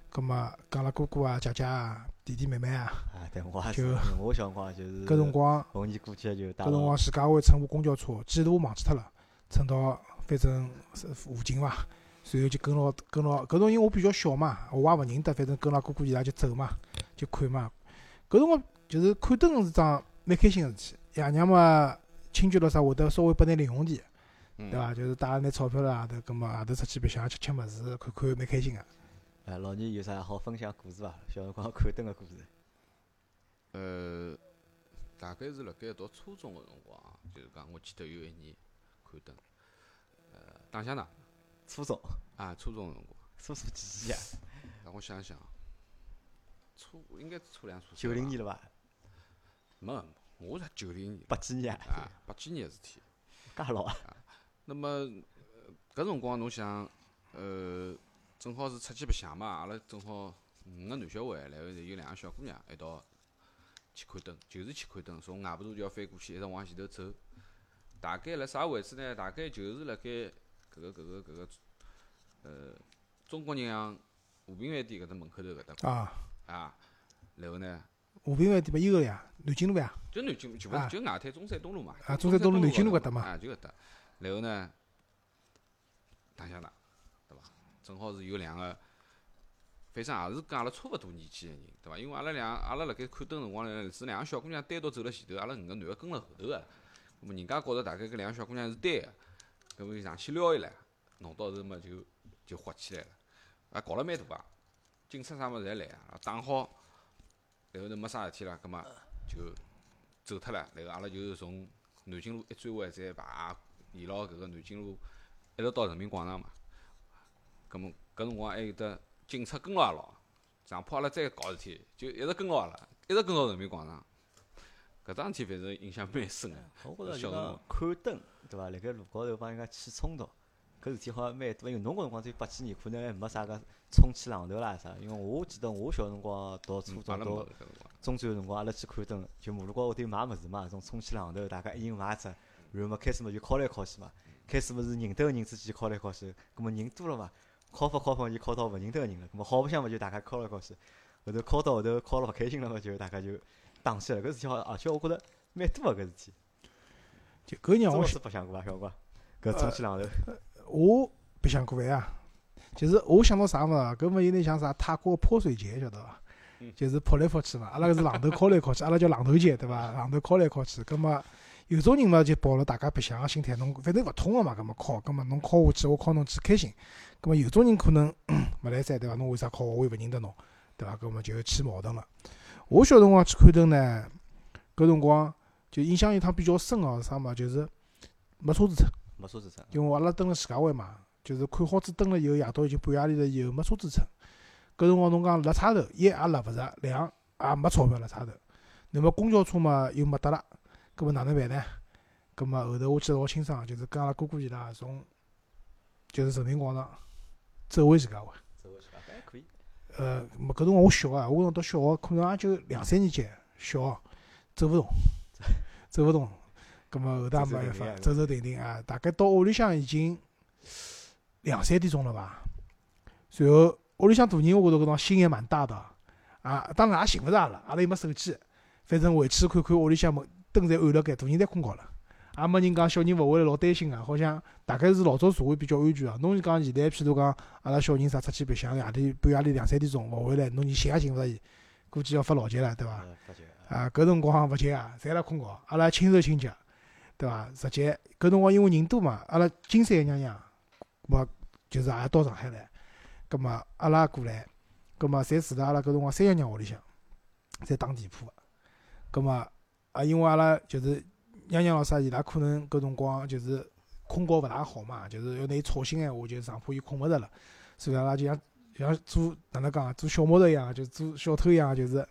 S2: 葛末讲阿拉哥哥啊、姐姐啊、弟弟妹妹啊，
S1: 啊，对我也是
S2: 就，
S1: *laughs* 我小辰光就是
S2: 搿辰光
S1: 逢年过节就带
S2: 搿辰光徐家汇乘部公交车，记路忘记脱了，乘到反正是附近伐，然后就跟牢跟牢搿辰光因为我比较小嘛，我也勿认得，反正跟牢哥哥伊拉就走嘛，就看嘛。搿辰光就是看灯是桩蛮开心个事体，爷娘嘛亲戚咾啥会得稍微拨眼零用钱，
S3: 嗯
S2: 对伐？就是带了眼钞票辣外头，搿么外头出去白相吃吃物事，看看蛮开心个。
S1: 啊，老年有啥好分享故事伐？小辰光看灯个故事。
S3: 呃，大概是辣盖读初中个辰光啊，就是讲我记得有一年看灯，呃，打相打
S1: 初中，
S3: 啊，初中个辰光，
S1: 初中几几啊？
S3: 让我想想啊，初应该是初两初三
S1: 九零
S3: 吧
S1: 年了伐？
S3: 没，我是九零年
S1: 八几年啊？
S3: 啊，八几年个事体。
S1: 介老啊？
S3: 那么呃搿辰光侬想，呃，正好是出去白相嘛，阿拉正好五个男小孩，然后有两个小姑娘一道去看灯，就是去看灯，从外婆头桥翻过去，一直往前头走。大概辣啥位置呢？大概就是辣盖搿个搿个搿个，呃，中国人行和平饭店搿搭门口头搿搭块
S2: 啊，
S3: 啊。然后呢，
S2: 和平饭店嘛，伊个呀，南京路呀，
S3: 就南京就勿
S2: 啊
S3: 就外滩中山东路嘛，
S2: 啊中山东路南京路搿搭嘛
S3: 啊就搿搭。然后呢，打相打，对伐？正好是有两个反正也是跟阿拉差勿多年纪个人，对伐？因为阿拉两阿拉辣盖看灯辰光呢，是两个小姑娘单独走了前头，阿拉五个男个跟了后头个。那么人家觉着大概搿两个小姑娘是对个，搿么就上去撩伊拉，弄到头嘛就就火起来了，啊搞了蛮大啊，警察啥物事侪来啊，打好，然后头没啥事体了，搿么就走脱了，然后阿拉就从南京路一转弯再排，沿牢搿个南京路一直到人民广场嘛。搿么搿辰光还有得警察跟牢阿拉，上铺阿拉再搞事体，就一直跟牢阿拉，一直跟到人民广场。搿桩事体反正印象蛮深个。
S1: 我觉着
S3: 小
S1: 就
S3: 辰光
S1: 讲看灯，对伐？辣盖路高头帮人家起冲突，搿事体好像蛮多。因为侬搿辰光只有八几年，可能还没啥个冲起浪头啦啥。因为我记得我小辰光读初
S3: 嗯
S1: 中
S3: 阿拉没
S1: 到
S3: 搿辰光，
S1: 中专个辰光，阿拉去看灯，就马路高头有买物事嘛，种充气榔头，大家一人买一只，然后嘛开始嘛就敲来敲去嘛，开始嘛是认得个人之间敲来敲去，葛么人多了嘛，敲法敲法就敲到勿认得个人了，葛么好白相嘛就大家敲来敲去，后头敲到后头敲了勿开心了嘛，就大家就打起来了，搿事体好，而且我觉着蛮多个搿事体，
S2: 就搿
S1: *laughs* 真
S2: 让我
S1: 个
S2: 想
S1: 是呃白相过伐，小光？搿充气榔头，
S2: 我白相过饭啊，就是我想到啥物事啊，搿么有点像啥泰国个泼水节，晓得伐？就是泼来泼去嘛，阿拉搿是榔头敲来敲去，阿拉叫榔头节，对伐？榔头敲来敲去，搿么有种人嘛就抱了大家白相个心态，侬反正勿痛个嘛，搿么敲，搿么侬敲我去，我敲侬去，开心。搿么有种人可能 *coughs* 勿来三，对伐？侬为啥敲我？我又勿认得侬，对伐？搿么就起矛盾了。我小辰光去看灯呢，搿辰光就印象有一趟比较深个是啥嘛，就是没车子出。
S1: 没车子乘，
S2: 因为阿拉蹲了自家湾嘛，就是看好子蹲了以后，夜到已经半夜里了以后没车子乘。搿辰光侬讲辣差头，一也辣勿着，两也没钞票辣差头。那么公交车嘛又没得了，搿么哪能办呢？搿么后头我记得老清爽，就是跟阿拉哥哥伊拉从就是人民广场走回自家湾。
S1: 走下去伐？还可以，
S2: 呃，没搿辰光我小啊，我搿辰光读小学，可能也就两三年级，小学走 *laughs* 勿动，走勿动。葛末后头也没办法，走走停停啊，大概到屋里向已经两三点钟了吧。随后屋里向大人，我觉着搿辰光心也蛮大的啊，当然也寻勿着阿拉，阿拉又没手机，反正回去看看屋里向门灯侪暗了盖，大人侪困觉了。也没人讲小人勿回来老担心个，好像大概是老早社会比较安全啊。侬是讲现在，譬如讲阿拉小人啥出去白相，夜里半夜里两三点钟勿回来，侬连寻也寻勿着伊，估计要发牢监了，对伐？
S1: 呃发觉啊
S2: 啊，搿辰光勿急啊，侪辣困觉，阿拉轻手轻脚，对伐？直接搿辰光因为人多嘛，阿拉金山个娘娘，嘛就是也到上海来，葛末阿拉过来，葛末侪住辣阿拉搿辰光三爷娘屋里向，侪打地铺个，葛末啊，因为阿拉就是娘娘老师伊拉可能搿辰光就是困觉勿大好嘛，就是要拿伊吵醒闲话，就是上铺伊困勿着了，所以阿拉就像像做哪能讲啊，做小魔头一样啊，就做小偷一样啊，就是。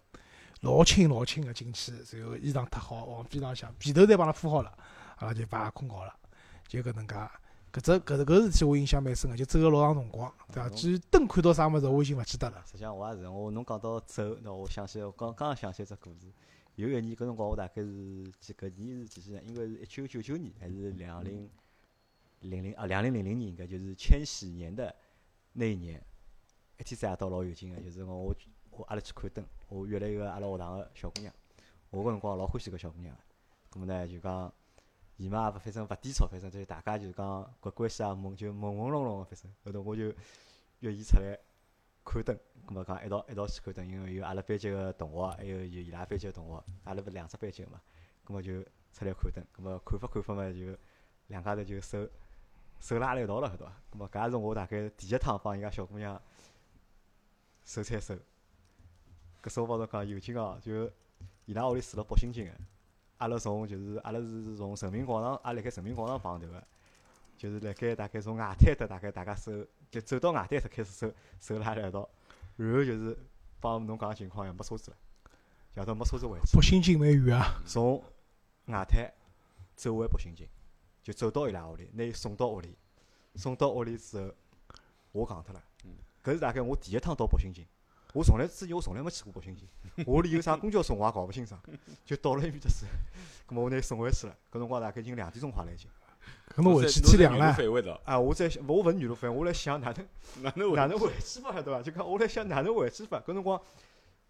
S2: 老轻老轻个进去，然后衣裳脱好，往边浪向被头侪帮阿拉铺好了，阿拉就把困觉了，就搿能介。搿只搿搿事体我印象蛮深个，就走个老长辰光，对伐？
S1: 嗯
S2: 至于灯看到啥物事，我已经勿记得了。
S1: 实际上我也是，我侬讲到走，那我想起我刚刚想起一只故事。有一年搿辰光，我大概是几搿年是几几年？应该是一九九九年还是两零零零啊两零零零年，应该就是千禧年的那一年。一天子夜到老有劲个，就是我我我阿拉去看灯，我约了一个阿拉学堂个小姑娘，我搿辰光老欢喜搿小姑娘个，葛末呢就讲伊嘛也勿反正勿抵触，反正就是大家就讲搿关系啊朦就朦朦胧胧个，反正后头我就约伊出来看灯，葛末啊讲一道一道去看灯，因为有阿拉班级个同学，还有有伊拉班级个同学，阿拉勿是两只班级个嘛，葛末就出来看灯，葛末看法看法嘛就两家头就手手拉辣一道了，晓得伐？葛末搿也是我大概第一趟帮人家小姑娘手牵手，搿时候帮侬讲有劲哦，就伊拉屋里住了北新泾个，阿拉从就是阿拉是从人民广场，阿拉辣盖人民广场碰头个，就是辣盖大概从外滩搭大概大家手就走到外滩搭开始手手拉辣一道，然后就是帮侬讲个情况一样没车子了，夜到没车子回去
S2: 北，新泾蛮远啊，
S1: 从外滩走回北新泾，就走到伊拉屋里，拿伊送到屋里，送到屋里之后，我戆脱了
S3: 嗯。
S1: 搿是大概我第一趟到北新泾，我从来之前我从来没去过北新泾，我屋里有啥公交车我也搞勿清爽， *laughs* 就到了埃面搭是， *laughs* 葛末我拿伊送回去了。搿辰光大概已经两点钟快了已经。
S2: 搿么回去天亮了，
S3: 反胃的，
S1: 啊，我在想我勿是女路反，我来想哪能
S3: 哪能
S1: 哪能回去法对伐？就讲我来想哪能回去法。搿辰光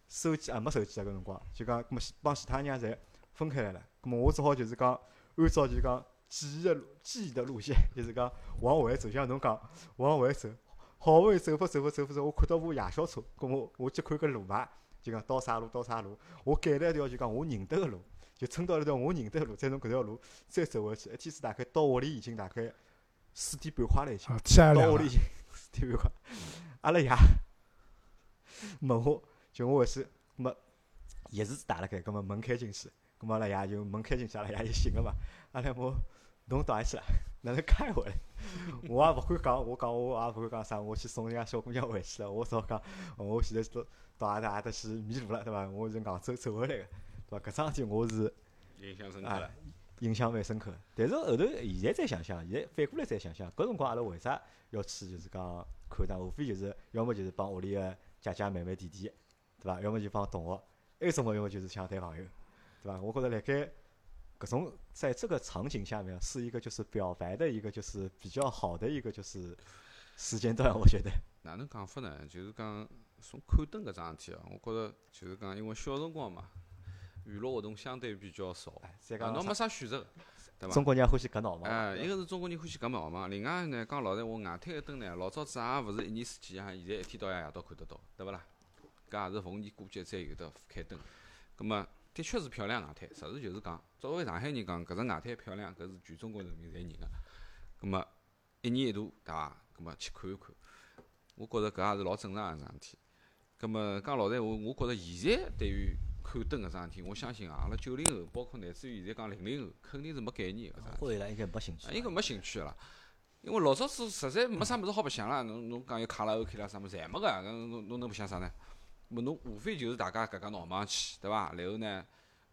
S1: 手机啊没手机啊，搿辰光就讲，搿么帮其他人家侪分开来了。搿么我只好就是讲，按照就是 *laughs* 讲记忆的路记忆的路线，就是讲往回走，就像侬讲往回走，好勿容易走伐走伐走伐走，我看到部夜宵车，咁我我去看个路牌，就讲到啥路到啥路，我改了一条就讲我认得个路，就蹭到一条我认得个路，再从搿条路再走回去，一天子大概到屋里已经大概四点半快了已经。
S2: 啊，天也
S1: 到
S2: 亮
S1: 屋
S2: 了
S1: 里， *laughs* 去四点半快，阿拉爷 *laughs* 问我，就我回去，那么钥匙打了开，那么门开进去，那么阿拉爷就门开进去，阿拉爷就醒了嘛。阿拉我侬到哪去了？哪能开回来？ *laughs* 我也勿敢讲，我讲我也勿敢讲啥，我去送人家小姑娘回去了，我只好讲，哦我现在到到阿达阿搭去迷路了，对伐？我是硬走走回来个，对伐？搿桩事体我是。
S3: 印象深刻
S1: 啊
S3: 了。，
S1: 印象蛮深刻。但是后头现在再想想，现在反过来再想想，搿辰光阿拉为啥要去就是讲看呢？无非就是要么就是帮屋里个姐姐、妹妹、弟弟，对伐？要么就帮同学，还有种么要么就是想谈朋友，对伐？我觉着辣盖搿种在这个场景下面，啊是一个就是表白的一个就是比较好的一个就是时间段，我觉得。
S3: 哪能讲法呢？就是讲从看灯搿桩事体啊，我觉着就是讲，因为小辰光嘛，娱乐活动相对比较少，
S1: 哎，再
S3: 啊
S1: 讲
S3: 侬
S1: 啥
S3: 没啥选择，对伐
S1: 中？国人欢喜搿闹嘛。
S3: 哎，一
S1: 对伐
S3: 个是中国人欢喜搿毛嘛，另外呢，讲老实闲话，外滩个灯呢，老早子也勿是一年四季啊，现在一天到夜夜到看得到，对勿啦？搿也是逢年过节才有的开灯。葛末的确是漂亮外滩，实事求是讲，作为上海人讲，搿只外滩漂亮，搿是全中国人民侪认个。葛末一年一度，对伐？葛末去看一看，我觉着搿也是老正常个桩事体。葛末讲老实闲话，我觉着现在对于看灯搿桩事体，我相信啊，阿拉九零后，包括乃至于现在讲零零后，肯定是没概念个搿桩事体。
S1: 我觉着伊拉应该没兴趣
S3: 啊
S1: 吧。
S3: 应该没兴趣个啦。因为老早子实在没啥物事好白相啦，侬侬讲有卡拉 OK 啦啥物事，侪没个，搿侬侬能白相啥呢？么侬无非就是大家搿家闹忙去，对伐？然后呢，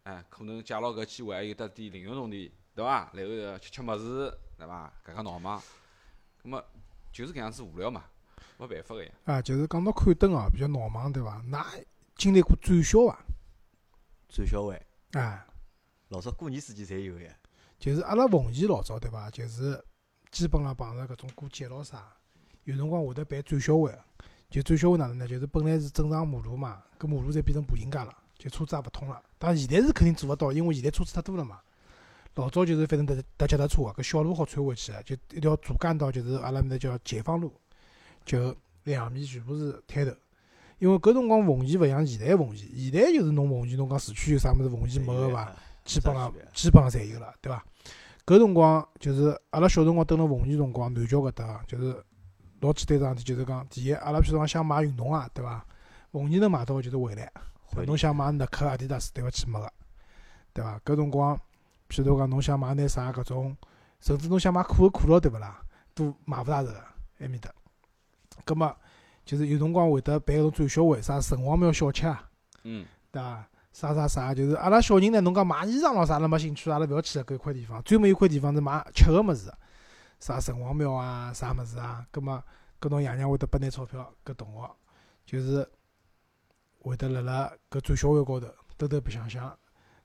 S3: 哎，可能借牢搿机会还有得点零用铜钿，对伐？然后呃吃吃物事，对伐？搿家闹忙，葛么就是搿样子无聊嘛，没办法个呀。
S2: 啊，就是讲到看灯哦，比较闹忙对伐？㑚经历过转销伐？
S1: 展销会，
S2: 啊，
S1: 老早过年之前侪有个呀。
S2: 就是阿拉奉贤老早对伐？就是基本上碰着搿种过节咾啥，有辰光会得办转销会。就转销会哪能呢？就是本来是正常马路嘛，搿马路侪变成步行街了，就车子也勿通了。当然现在是肯定做勿到，因为现在车子太多了嘛。老早就是反正搭搭脚踏车啊，搿小路好穿回去啊，就一条主干道，就是阿拉面搭叫解放路，就两面全部是摊头。因为搿辰光奉贤勿像现在奉贤，现在就是侬奉贤侬讲市区有啥物事奉贤没个伐？
S1: 哎？
S2: 基本上
S1: 没啥区别
S2: 基本上侪有了，对伐？搿辰光就是阿拉小辰光蹲辣奉贤辰光，南桥搿搭就是老简单桩事体，就是讲第一，阿拉譬如讲想买运动鞋，对伐？奉贤能买到的就是回来，
S1: 回
S2: 侬想买耐克、阿迪达斯，对勿起没个，对伐？搿辰光，譬如讲侬想买眼啥搿种，甚至侬想买可口可乐，对勿啦？都买勿大着个埃面搭。葛末就是有辰光会得办搿种转销会，啥城隍庙小吃啊。
S3: 嗯，
S2: 对伐？啥啥啥，就是阿拉小人呢，侬讲买衣裳咯啥，阿拉没兴趣，阿拉勿要去搿一块地方。专门有块地方是买吃个物事的，啥城隍庙啊，啥物事啊。葛末搿侬爷娘会得拨眼钞票，搿同学就是会得辣辣搿转销会高头兜兜白相相。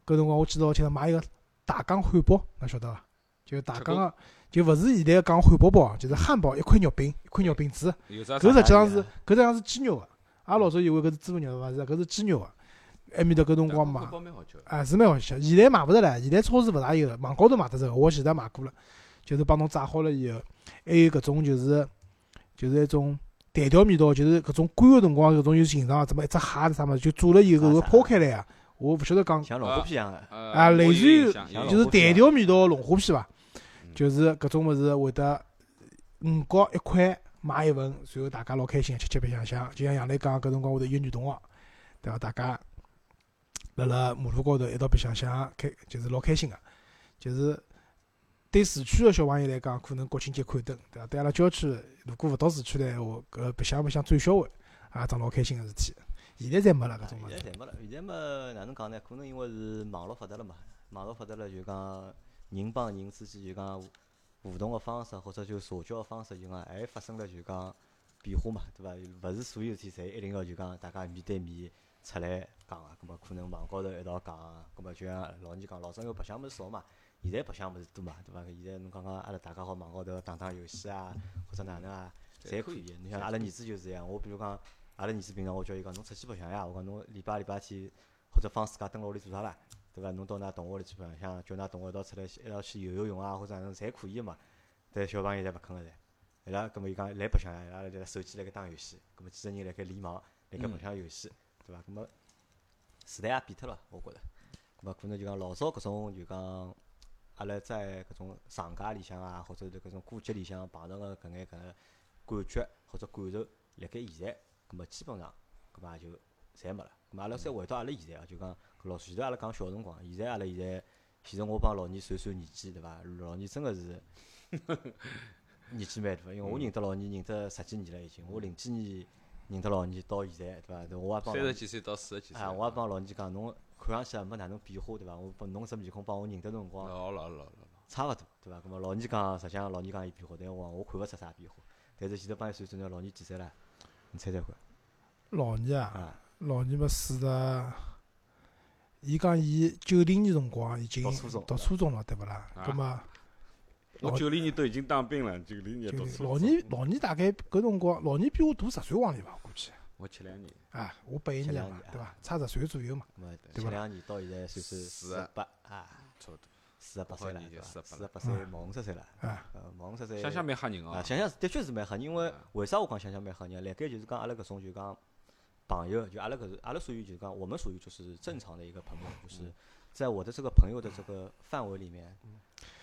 S2: 搿辰光我记得我去买一个大港汉堡，侬晓得伐？就是大港个，就勿是现在讲汉堡包啊，就是汉堡一块肉饼，一块肉饼子。
S3: 有啥
S2: 搿
S3: 啥
S2: 实际上是
S1: 啥
S2: 搿实际上是鸡肉个，啊阿拉老早以为搿是猪肉勿是啊，搿是鸡肉个。埃面搭搿辰光买
S3: 包蛮好吃的。
S2: 啊，是蛮好吃。现在买勿着了，现在超市勿大有了，网高头买得着。我前头买过了，就是帮侬炸好了以后，还有搿种就是就是一种弹调味道，就是搿种干个辰光搿种有形状，怎么一只蟹啥物事，就做了以后搿个
S1: 啥
S2: 剖开来啊，我勿晓得讲
S1: 像老虎皮一样个。
S3: 呃
S2: 啊类似于
S3: 我有印象有
S1: 像
S3: 印
S2: 就
S1: 龙
S2: 是
S1: 虾
S2: 弹调味道的龙虾片伐
S3: 嗯，
S2: 就是搿种物事会得五角一块买一份，然后大家老开心吃吃白相相，就像杨磊讲搿辰光会得约女同学，对伐？大家辣辣马路高头一道白相相，开就是老开心个，就是。对市区的小朋友来讲，可能国庆节看灯，对伐？对阿拉郊区，如果勿到市区来闲话，搿白相白相转销会，也啊桩老开心个事体。现在侪没了搿种物
S1: 现
S2: 事
S1: 在侪没了，现在么哪能讲呢？可能因为是网络发达了嘛，网络发达了就讲人帮人之间就讲互动个方式，或者就社交个方式，就讲还发生了就讲变化嘛，对伐？勿是所有事体侪一定要就讲大家面对面出来讲个，葛末可能网高头一道讲，葛末就像老人讲，老早因为白相物事少嘛，现在白相物事多嘛，对伐？现在侬讲讲阿拉大家好网高头打打游戏啊，或者哪能啊，侪可以。侬像阿拉儿子就是这样，我比如讲，阿拉儿子平常我叫伊讲，侬出去白相呀，我讲侬礼拜礼拜天或者放暑假蹲辣屋里做啥啦，对伐？侬到㑚同学里去白相，像叫㑚同学一道出来去一道去游游泳啊，或者哪能侪可以个嘛。但小朋友侪勿肯个唻，伊拉搿么伊讲来白相，伊拉辣手机辣盖打游戏，搿么几个人辣盖联网，辣盖白
S3: 嗯
S1: 相游戏，对伐？搿么时代也变脱了，我觉着。搿么可能就讲老早搿种就讲，阿拉在搿种长假里向啊，或者是搿种过节里向碰到个搿眼搿能感觉或者感受，辣盖现在，搿么基本上搿么也就侪没了。搿么阿拉再回到阿拉现在啊，就讲搿老前头阿拉讲小辰光，现在阿拉现在，其实我帮老二算算年纪，对伐？老二真个
S3: *laughs*
S1: 是年纪蛮大，因为
S3: 嗯
S1: 我认得老二认得十几年了已经，我零几年认得老二到现在，对伐？对我也帮
S3: 三
S1: 老
S3: 十
S1: 二
S3: 几岁到四十几岁
S1: 啊，
S3: 了，
S1: 我也帮老二讲，侬看上去也没哪能变化，对伐？我帮侬只面孔帮我认得辰光
S3: 老老老老，
S1: 差勿多，对伐？咁么老二讲，实际上老二讲伊变化，但我我看勿出啥变化。但是现在帮伊算算，老二几岁了？你猜猜看
S2: 老二啊，
S1: 啊？
S2: 老二么四十，伊讲伊九零年辰光已经
S1: 读初中
S2: 读初中了，对勿啦？
S3: 啊
S2: 葛末
S3: 我
S2: 老
S3: 九零年都已经当兵了，九零
S2: 就
S3: 年到
S2: 是
S3: 初
S2: 老
S3: 中
S2: 二老二大概搿辰光，老二比我大十岁往里伐？我估计
S3: 我七两年，
S2: 啊，我八一年的
S1: 七两
S2: 嘛
S1: 年，啊
S2: 对伐？差十岁左右嘛。
S1: 咁么
S3: 对
S1: 前
S2: 吧
S1: 两年到现在算算
S3: 四
S1: 四
S3: 十
S1: 十八啊，
S3: 差不多。
S1: 四十八岁了，对伐？
S3: 不好意思
S1: 四十八岁，毛五十岁了，
S2: 啊，
S1: 呃，毛五十岁。
S3: 想想蛮吓人
S1: 啊，
S3: 啊，
S1: 想想是的确是蛮吓人，因为
S3: 啊
S1: 为啥我讲想想蛮吓人？辣盖就是讲阿拉搿种就讲朋友，就阿拉搿是阿拉属于就是讲我们属于就是正常的一个朋友，就是在我的这个朋友的这个范围里面，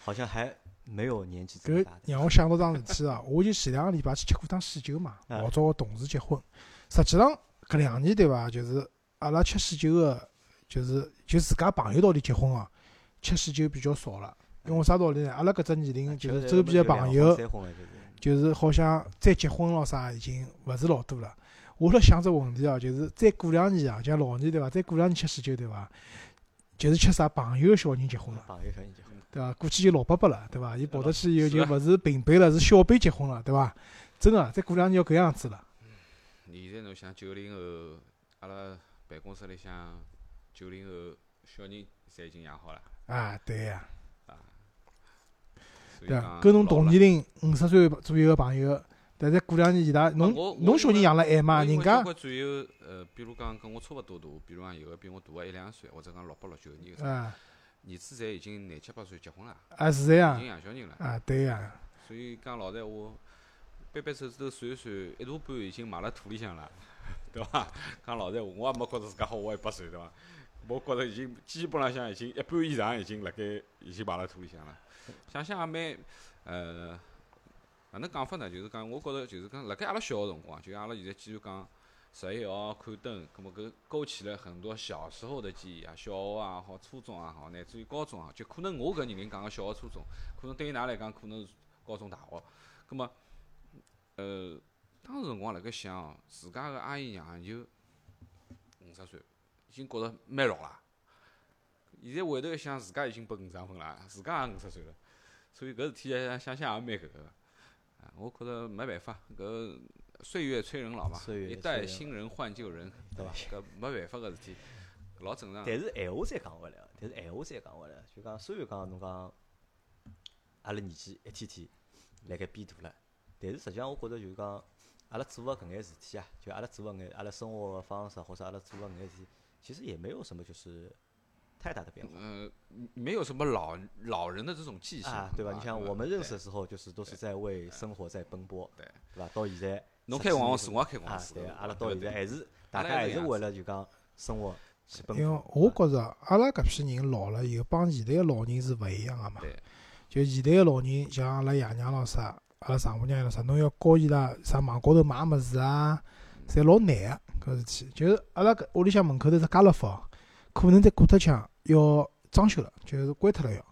S1: 好像还没有年纪这么
S2: 搿
S1: 大的。
S2: 让我想到桩事体啊， *laughs* 我就前两个礼拜去吃过趟喜酒嘛，
S1: 啊
S2: 号召我同事结婚。实际上搿两年对伐，就是阿拉吃喜酒个，就是就自家朋友道里结婚哦，吃喜酒比较少了。因为啥道理呢？阿拉搿只年
S1: 啊
S2: 龄就
S1: 确
S2: 是
S1: 实
S2: 周
S1: 我
S2: 边
S1: 们就
S2: 的
S1: 两
S2: 朋
S1: 婚
S2: 友，
S1: 三婚了就是
S2: 就是好像再结婚咯啥，已经勿是老多了。我辣想只问题哦，就是再过两年啊，像老年对伐？再过两年吃喜酒对伐？就是吃啥朋友的小人结婚了。
S1: 朋友小人结婚，
S2: 对伐？估计就老伯伯了，对伐？伊跑得去以后就勿是平辈了，是小辈结婚了，对伐？真个，再过两年要搿样子了。
S3: 现在侬想九零后，阿拉办公室里向九零后小人侪已经养好了，
S2: 啊，对呀、
S3: 所
S2: 对
S3: 以讲
S2: 啊，跟侬
S3: 老
S2: 同
S3: 了
S2: 年龄五十岁左右个朋友，但再过两年伊拉侬
S3: 啊我我
S2: 侬小人养了晚嘛，
S3: 我因
S2: 人
S3: 为
S2: 家
S3: 交关左右，呃，比如讲跟我差勿多大，比如讲有个比我大个一两岁，或者讲六八六九年个，
S2: 啊
S3: 儿子侪已经廿七八岁结婚了，
S2: 啊是这
S3: 已
S2: 样
S3: 经养小人了，
S2: 啊，对呀、
S3: 所以讲老闲话，掰掰手指头算一算，一大半已经埋辣土里向了， *laughs* 对伐？讲老闲话，我也没觉着自家好活一百岁，对伐？我觉着已经基本浪向已经一半以上已经辣盖已经埋辣土里向了，想想也蛮，呃，哪能讲法呢？就是讲，我觉着就是讲，辣盖阿拉小个辰光，就像阿拉现在继续讲十一号哦看灯，葛末搿勾起了很多小时候的记忆啊，小学也好，初中也好，乃至于高中啊，就可能我搿年龄讲个小学、初中，可能对于㑚来讲可能是高中、大学，葛末，呃，当时辰光辣盖想哦，自家个阿姨娘就五十岁，已经觉着蛮老啦。现在回头一想，自家已经奔五十分啦，自家也五十岁了，所以搿事体想想想也蛮搿个个。啊，我觉着没办法，搿岁月催人老嘛，
S1: 岁月
S3: 一
S1: 催
S3: 代
S1: 人
S3: 新人换旧人，对伐？搿没办法个事体，老正常。
S1: 但是闲话再讲回来啊，但是闲话再讲回来，就讲虽然讲侬讲阿拉年纪一天天辣盖变大了，但是实际上我觉着就是讲阿拉做个搿眼事体啊，就阿拉做个眼阿拉生活个方式或者阿拉做个搿眼事体，其实也没有什么就是太大的变化。
S3: 呃，没有什么老老人的这种记性
S1: 啊，对吧？你
S3: 嗯
S1: 像我们认识的时候，就是都是在为生活在奔波，
S3: 对
S1: 对吧？到现在，
S3: 侬开广告
S1: 是
S3: 是，我也开广告
S1: 啊
S3: 是，，
S1: 对，阿拉
S3: 对
S1: 到现
S3: 不
S1: 在
S3: 对
S1: 还是大
S3: 阿拉
S1: 家还
S3: 也
S1: 是
S3: 这
S1: 为
S3: 样
S1: 了就讲生活去奔
S2: 因为
S1: 波。
S2: 我觉着阿拉搿批人老了以后，帮现在个老人是勿一样个嘛。
S3: 对
S2: 就现在个老人，像阿拉爷娘咾啥，阿拉丈母娘咾啥，啊侬要教伊拉啥网高头买物事啊，侪老难个搿事体。就是阿拉搿屋里向门口头只家乐福，可能再过脱腔要装修了，就是关脱了要。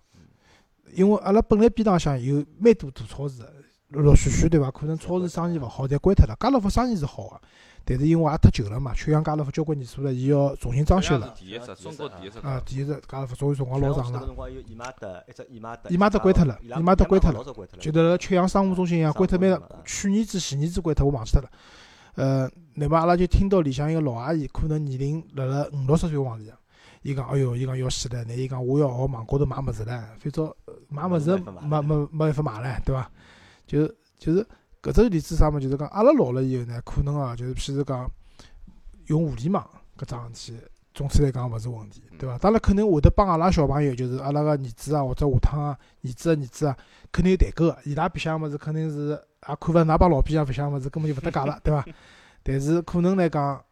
S2: 因为阿拉本来边浪向有蛮多大超市的，陆陆续续对伐？可能超市生意勿好，侪关脱了。家乐福生意是好个、但是因为也忒旧了嘛，秋阳家乐福交关年数了，伊要重新装修了
S3: 这样是第一只，中国第一只
S2: 啊。第一只家乐福作为辰光
S1: 像
S2: 老
S1: 我
S2: 长
S1: 记得
S2: 了
S1: 搿，辰光有姨妈的，一只姨妈的，
S2: 姨妈的关脱了
S1: 伊拉
S2: 姨妈的关脱了
S1: 老早关脱了，
S2: 就得了秋阳商务中心一样，关脱蛮
S1: 商务中心嘛啊
S2: 去年子前年子关脱，我忘记脱了。呃，那么阿拉就听到里向一个老阿姨，可能年龄辣辣五六十岁往里向，伊讲，哎哟，伊讲要死了，那伊讲我要学网高头买物事唻，反正呃买物事没没没办法买唻，对伐？就是就是搿只例子是啥么？就是讲阿拉老了以后呢，可能啊，就是譬如讲用互联网搿桩事体，总体来讲勿是问题，对伐？当然肯定会得帮阿拉小朋友，就是阿拉个儿子啊，或者下趟啊，儿子个儿子啊，肯定有代沟个，伊拉白相物事肯定是啊也看勿，㑚帮老白相白相物事根本就勿搭界了，对伐？但是可能来讲，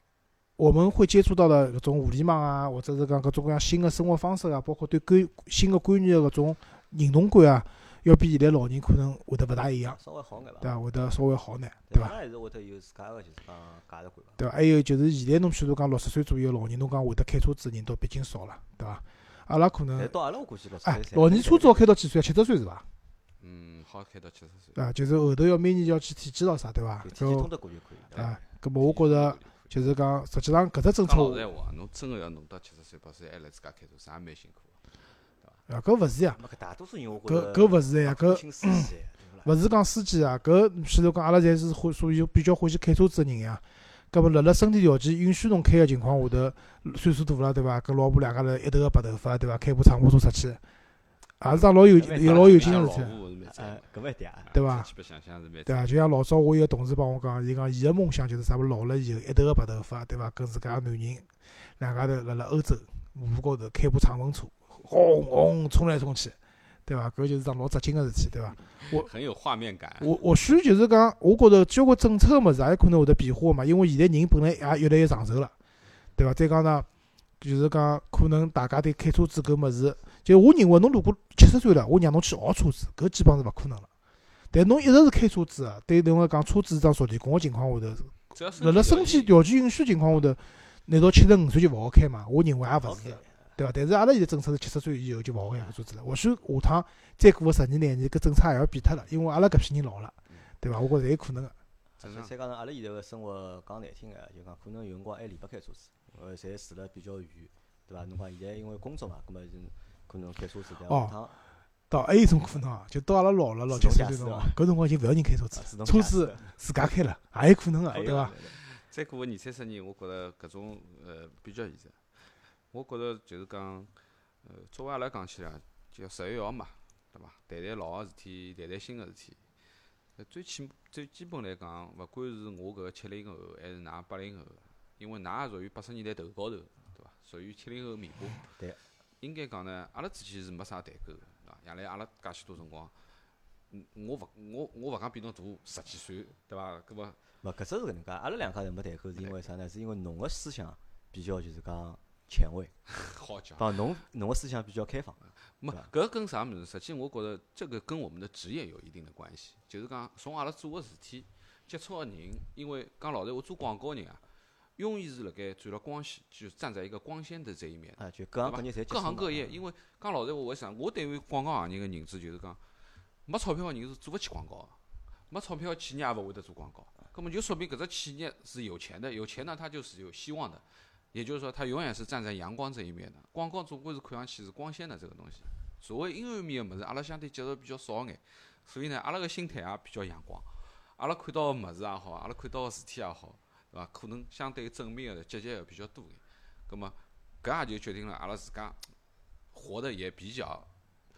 S2: 我们会接触到的搿种互联网啊，或者是讲搿种各样新的生活方式啊，包括对观新的观念的搿种认同感啊，要比现在老人可能会得勿大一样，
S1: 稍微好眼伐？
S2: 对伐？会得稍微好眼，
S1: 对
S2: 对伐
S1: 阿？拉还是会得有自家个就是讲价值观伐？
S2: 对伐？还有就是现在侬譬如讲六十岁左右的老人，侬讲会得开车子的人倒毕竟少了，对伐？阿拉可能
S1: 但到阿拉我估计了，
S2: 哎，老年车早开到几岁啊？七十岁是伐？
S3: 嗯，好开到七十岁。
S2: 啊，就是后头要每年要去体检咯啥，对伐？
S1: 体检
S2: 搿
S1: 通得过就可以。
S2: 啊，搿么我觉着就是讲，实际上搿只政
S3: 讲
S2: 策
S3: 老实闲话，侬真个要弄到七十岁、八十岁还来自家开车，啥蛮辛苦的。
S2: 啊，搿勿是呀，
S1: 没搿大多数人我觉
S2: 搿
S1: 着
S2: 搿勿是呀，搿
S1: 新司机，对伐？
S2: 勿是讲司机啊，搿譬如讲，阿拉侪是欢属于比较欢喜开车子的人呀。搿么辣辣身体条件允许侬开个情况下头，岁数大了对伐？跟老婆两家头一头个白头发对伐？开部敞篷车出去，也是桩老有有老有劲个
S3: 个
S2: 事体
S3: 老，婆是蛮赞
S1: 哎
S3: 的，，
S1: 搿勿一定啊。
S2: 对伐
S3: 出去白相相是蛮
S2: 对啊
S3: 赞
S2: 伐？就像老早我有个同事帮我讲，伊讲伊个梦想就是啥物事老了以后一头个白头发对伐？跟自家男人两家头辣辣欧洲马路高头开部敞篷车，轰轰冲来冲去，对伐？搿就是桩老扎劲个事体，对伐？
S3: 的，很有画面感。
S2: 我或许就是讲，我觉着交关政策个物事也有可能会得变化嘛，因为现在人本来也越来越长寿了，对伐？再讲呢，就是讲可能大家对开车子搿物事，就我认为侬如果七十岁了，我让侬去学车子，搿基本上是勿可能了。但侬一直是开车子啊，对侬来讲，车子是桩熟练工个情况下头，
S3: 只要身
S2: 辣辣身
S3: 条
S2: 体
S3: 件
S2: 条件允许情况下头，难道七十五岁就勿好开嘛？我认为也勿是
S1: OK，。
S2: 对伐？但是阿拉现在政策是七十岁以后就勿好开车子了。或许下趟再过个十年廿年，搿政策也要变脱了，因为阿拉搿批人老了，
S1: 嗯
S2: 对伐？我觉着侪有可能个。
S1: 所
S3: 正
S1: 以
S3: 常
S1: 再讲呢，阿拉现在个生活讲难听个，就讲可能有辰光还离不开车子，呃，侪住了比较远，对伐？侬讲现在因为工作嘛，葛末就可能开车子，但
S2: 哦
S1: 下趟
S2: 到还有一种可能啊，就到阿拉老了老七十岁
S1: 自动驾
S2: 辰
S1: 驶
S2: 光
S1: 啊，
S2: 搿辰光就勿要人开车子
S1: 啊自动哎
S2: 了，车
S1: 驾驶
S2: 子自家开了，也有可能个，
S1: 还有
S2: 对伐？？
S3: 再过个二三十年，我觉着搿种呃比较现实。我觉着就是讲，呃，作为阿拉讲起来，就十一号嘛，对伐？谈谈老个事体，谈谈新个事体。呃，最起最基本来讲，勿管是我搿个七零后，还是㑚八零后，因为㑚也属于八十年代头高头，对伐？属于七零后尾巴。
S1: 对。
S3: 应该讲呢，阿拉之间是没啥代沟个，对伐？原来阿拉介许多辰光，嗯，我勿我我勿讲比侬大十几岁，对伐？搿么 *laughs*
S1: 勿，搿只是搿能介，阿拉两家头没代沟，是因为啥呢？是因为侬个思想比较就是讲前卫，
S3: 好讲。
S1: 帮侬侬个思想比较开放。
S3: 没，搿跟啥物事？实际我觉着这个跟我们的职业有一定的关系。就是讲，从阿拉做个事体，接触个人，因为讲老实闲话，做广告人啊，永远是辣盖转了光线，就站在一个光鲜的这一面，
S1: 啊，就各行各
S3: 对吧
S1: 业侪接
S3: 各
S1: 触
S3: 行
S1: 嘛嗯
S3: 各业。因为讲老实闲话，为啥？我对于广告行业个认知就是讲，没钞票个人是做勿起广告个，没钞票企业也勿会得做广告。根本就说明搿只企业是有钱的，有钱呢，它就是有希望的。也就是说，它永远是站在阳光这一面的。广告总归是看上去是光鲜的这个东西，所谓阴暗面的物事，阿拉相对接受比较少眼，所以呢，阿拉个心态也比较阳光。阿拉看到个物事也好，阿拉看到个事体也好，对伐？可能相对正面的、积极的比较多眼。葛么，搿也就决定了阿拉自家活得也比较
S1: 啊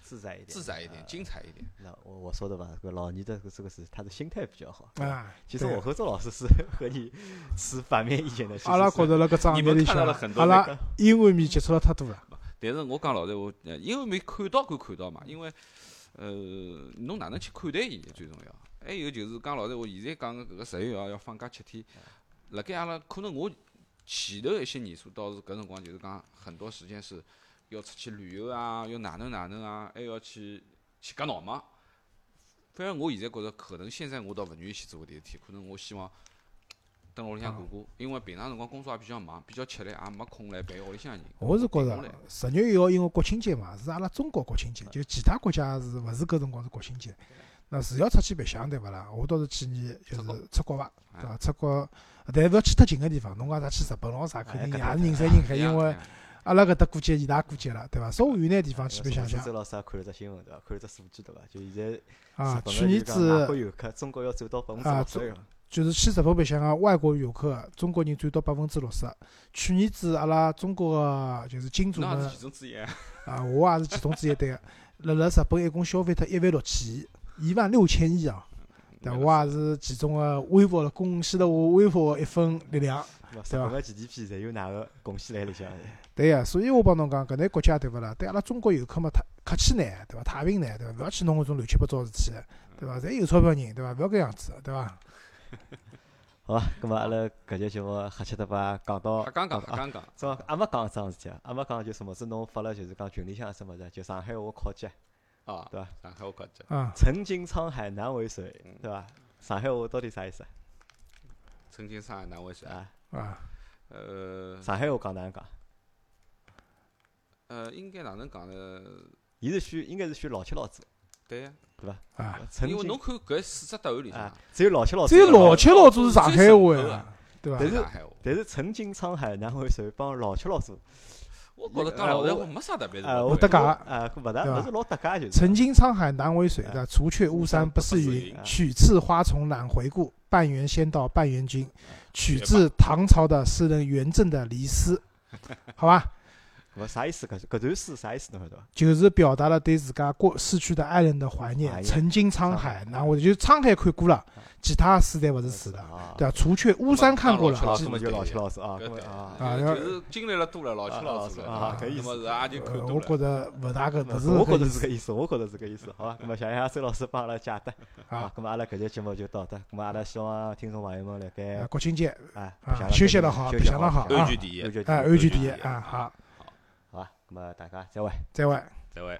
S1: 自在一点，
S3: 自在一点、
S1: 啊
S3: 精彩一点。
S1: 那我我说的吧，这个老倪的这个这个是他的心态比较好。
S2: 啊，
S1: 其实
S2: 对
S1: 我和周老师是 *laughs* 和你持反面意见的。
S2: 阿拉
S1: 觉
S2: 觉着辣搿张
S3: 你
S2: 面
S3: 们
S2: 里
S3: 看
S2: 向
S3: 到了很，多
S2: 阿
S3: 那
S2: 拉阴暗面接触了太多了。
S3: 但是我讲老实话，呃因为没看到归看到嘛，因为呃，侬哪能去看待伊最重要。还有就是讲老实话，现在讲个搿个十一号要放假七天，辣盖阿拉可能我前头一些年数倒是搿辰光就是讲很多时间是要出去旅游啊，要哪能哪能啊，还要去去搿闹忙。反而我现在觉着，可能现在我倒勿愿意去做搿点事体，可能我希望蹲屋里向过过，因为平常辰光工作也比较忙，比较吃力，也没空来陪屋里向人。
S2: 我是觉
S3: 陪
S2: 着
S3: 侬来
S2: 十月一号因为国庆节嘛，是阿拉中国国庆节，就其他国家是勿是搿辰光是国庆节？那是要出去白相对勿啦？我倒是建议就是出国伐，哎对伐？出国，但勿要去太近个地方。侬讲啥去日本咯啥，哎肯定也哎是人山人海，因
S3: 哎
S2: 为阿拉搿搭过节伊拉过节了，对伐？稍微远眼地方去白相相
S1: 呃周老师也看了只新闻对伐？看了只数据对伐？就现在
S2: 啊。
S1: 日本的
S2: 去年
S1: 就讲外国
S2: 子
S1: 游客，中国要走到百分之
S2: 啊
S1: 六十
S2: 中
S1: 了。
S2: 就是去日本白相个外国游客，中国人占到百分之六十。去年子阿拉中国个就是金主
S3: 侬也
S2: 们
S3: 是其中之一啊。
S2: 啊，我也是其中之一对个。辣辣日本一共消费脱一万六千亿，一万六千亿啊，对伐？我也是其中的微薄的贡献了我微薄的一份力量。
S1: 日本个 GDP 侪有哪个贡献辣里向？
S2: 对呀、所以我帮侬讲，搿类国家对勿啦？对阿拉中国游客嘛，太客气眼，对伐？太平眼，对伐？勿要去弄搿种乱七八糟事体，对伐？侪有钞票人，对伐？勿要搿样子，对伐？
S1: 好伐？咁么啊阿拉搿节节目瞎七搭八讲到
S3: 瞎，讲讲
S1: 啊
S3: 瞎讲讲，
S1: 正好也没讲桩事体啊，也没讲就什么子侬发了就是讲群里向什么的，就上海话考级，
S3: 啊，
S1: 对伐？
S3: 上海我讲讲，
S2: 啊，
S1: 曾经沧海难为水，
S3: 嗯
S1: 对伐？上海话到底啥意思啊
S3: 曾经上海哪位是？
S1: 啊？
S2: 啊，
S3: 呃
S1: 上海话讲哪能讲？
S3: 呃，应该哪能讲呢？
S1: 伊是选应该是选老七老子，
S3: 对呀，
S1: 对伐？
S2: 啊，
S1: 曾
S3: 因为
S1: 经
S3: 侬看搿四只答案里
S1: 啊
S3: 向，，
S1: 只有老七老子
S2: 只有
S1: 讲
S2: 哦老七老祖是上海话
S3: 最深
S2: 呀
S3: 刻的，
S2: 对伐
S1: 但？是
S3: 上海话，
S1: 但是曾经沧海难为水帮老七老子，
S3: 我觉着
S1: 呃
S3: 讲老实
S1: 我
S3: 话没啥特别
S1: 啊，
S3: 的，
S1: 我
S2: 搭嘎
S1: 啊，搿勿大
S2: 对吧
S1: 勿是老搭嘎就是。
S2: 曾经沧海难为水，对吧？除却巫山不是
S3: 不是
S2: 云
S1: 云，
S2: 取自花丛懒回顾。半缘仙道半缘君，取
S3: 学
S2: 自唐朝的诗人元稹的《离思》，好吧？
S1: 勿啥意思？搿搿段诗啥意思？侬晓得伐？
S2: 就是表达了对自家过逝去的爱人的怀
S1: 怀
S2: 念。
S1: 念
S2: 曾经沧海难为，就是沧海看过了，其他诗侪勿是词的，
S1: 啊，
S2: 对吧？除却巫山看过了，
S3: 当老
S1: 啊，
S3: 师
S1: 搿
S2: 其
S1: 么就
S3: 对
S1: 老七老子啊，
S3: 搿
S1: 搿么
S3: 对
S1: 啊，
S2: 啊
S3: 就
S2: 要
S3: 就是经历了多了，老
S1: 啊
S3: 去老
S1: 啊
S3: 子
S1: 是
S3: 了
S1: 啊搿意
S3: 那
S1: 思
S3: 么是也就看
S2: 呃
S3: 多
S2: 我
S3: 了。
S2: 觉着勿大个，勿是
S1: 我
S2: 搿
S1: 觉
S2: 个
S1: 着
S2: 意
S1: 是
S2: 思
S1: 搿意思，我觉着是搿意思，好伐？那么谢谢周老师帮阿拉解答
S2: 啊。
S1: 那么阿拉搿节节目就到这，那么阿拉希望听众朋友们辣
S2: 呃
S1: 盖
S2: 国庆节，
S1: 啊白相
S2: 啊
S1: 了
S2: 休息
S1: 开心
S2: 得好，
S1: 休
S2: 白
S1: 息
S2: 相得好，
S1: 好，
S3: 安
S2: 啊，
S3: 全第一，
S1: 安全
S2: 哎，
S1: 好
S2: 安全
S3: 安全
S2: 第一
S3: 第一
S2: 啊，好，
S1: 伐？那么大家再会。
S2: 再会。
S3: 再会。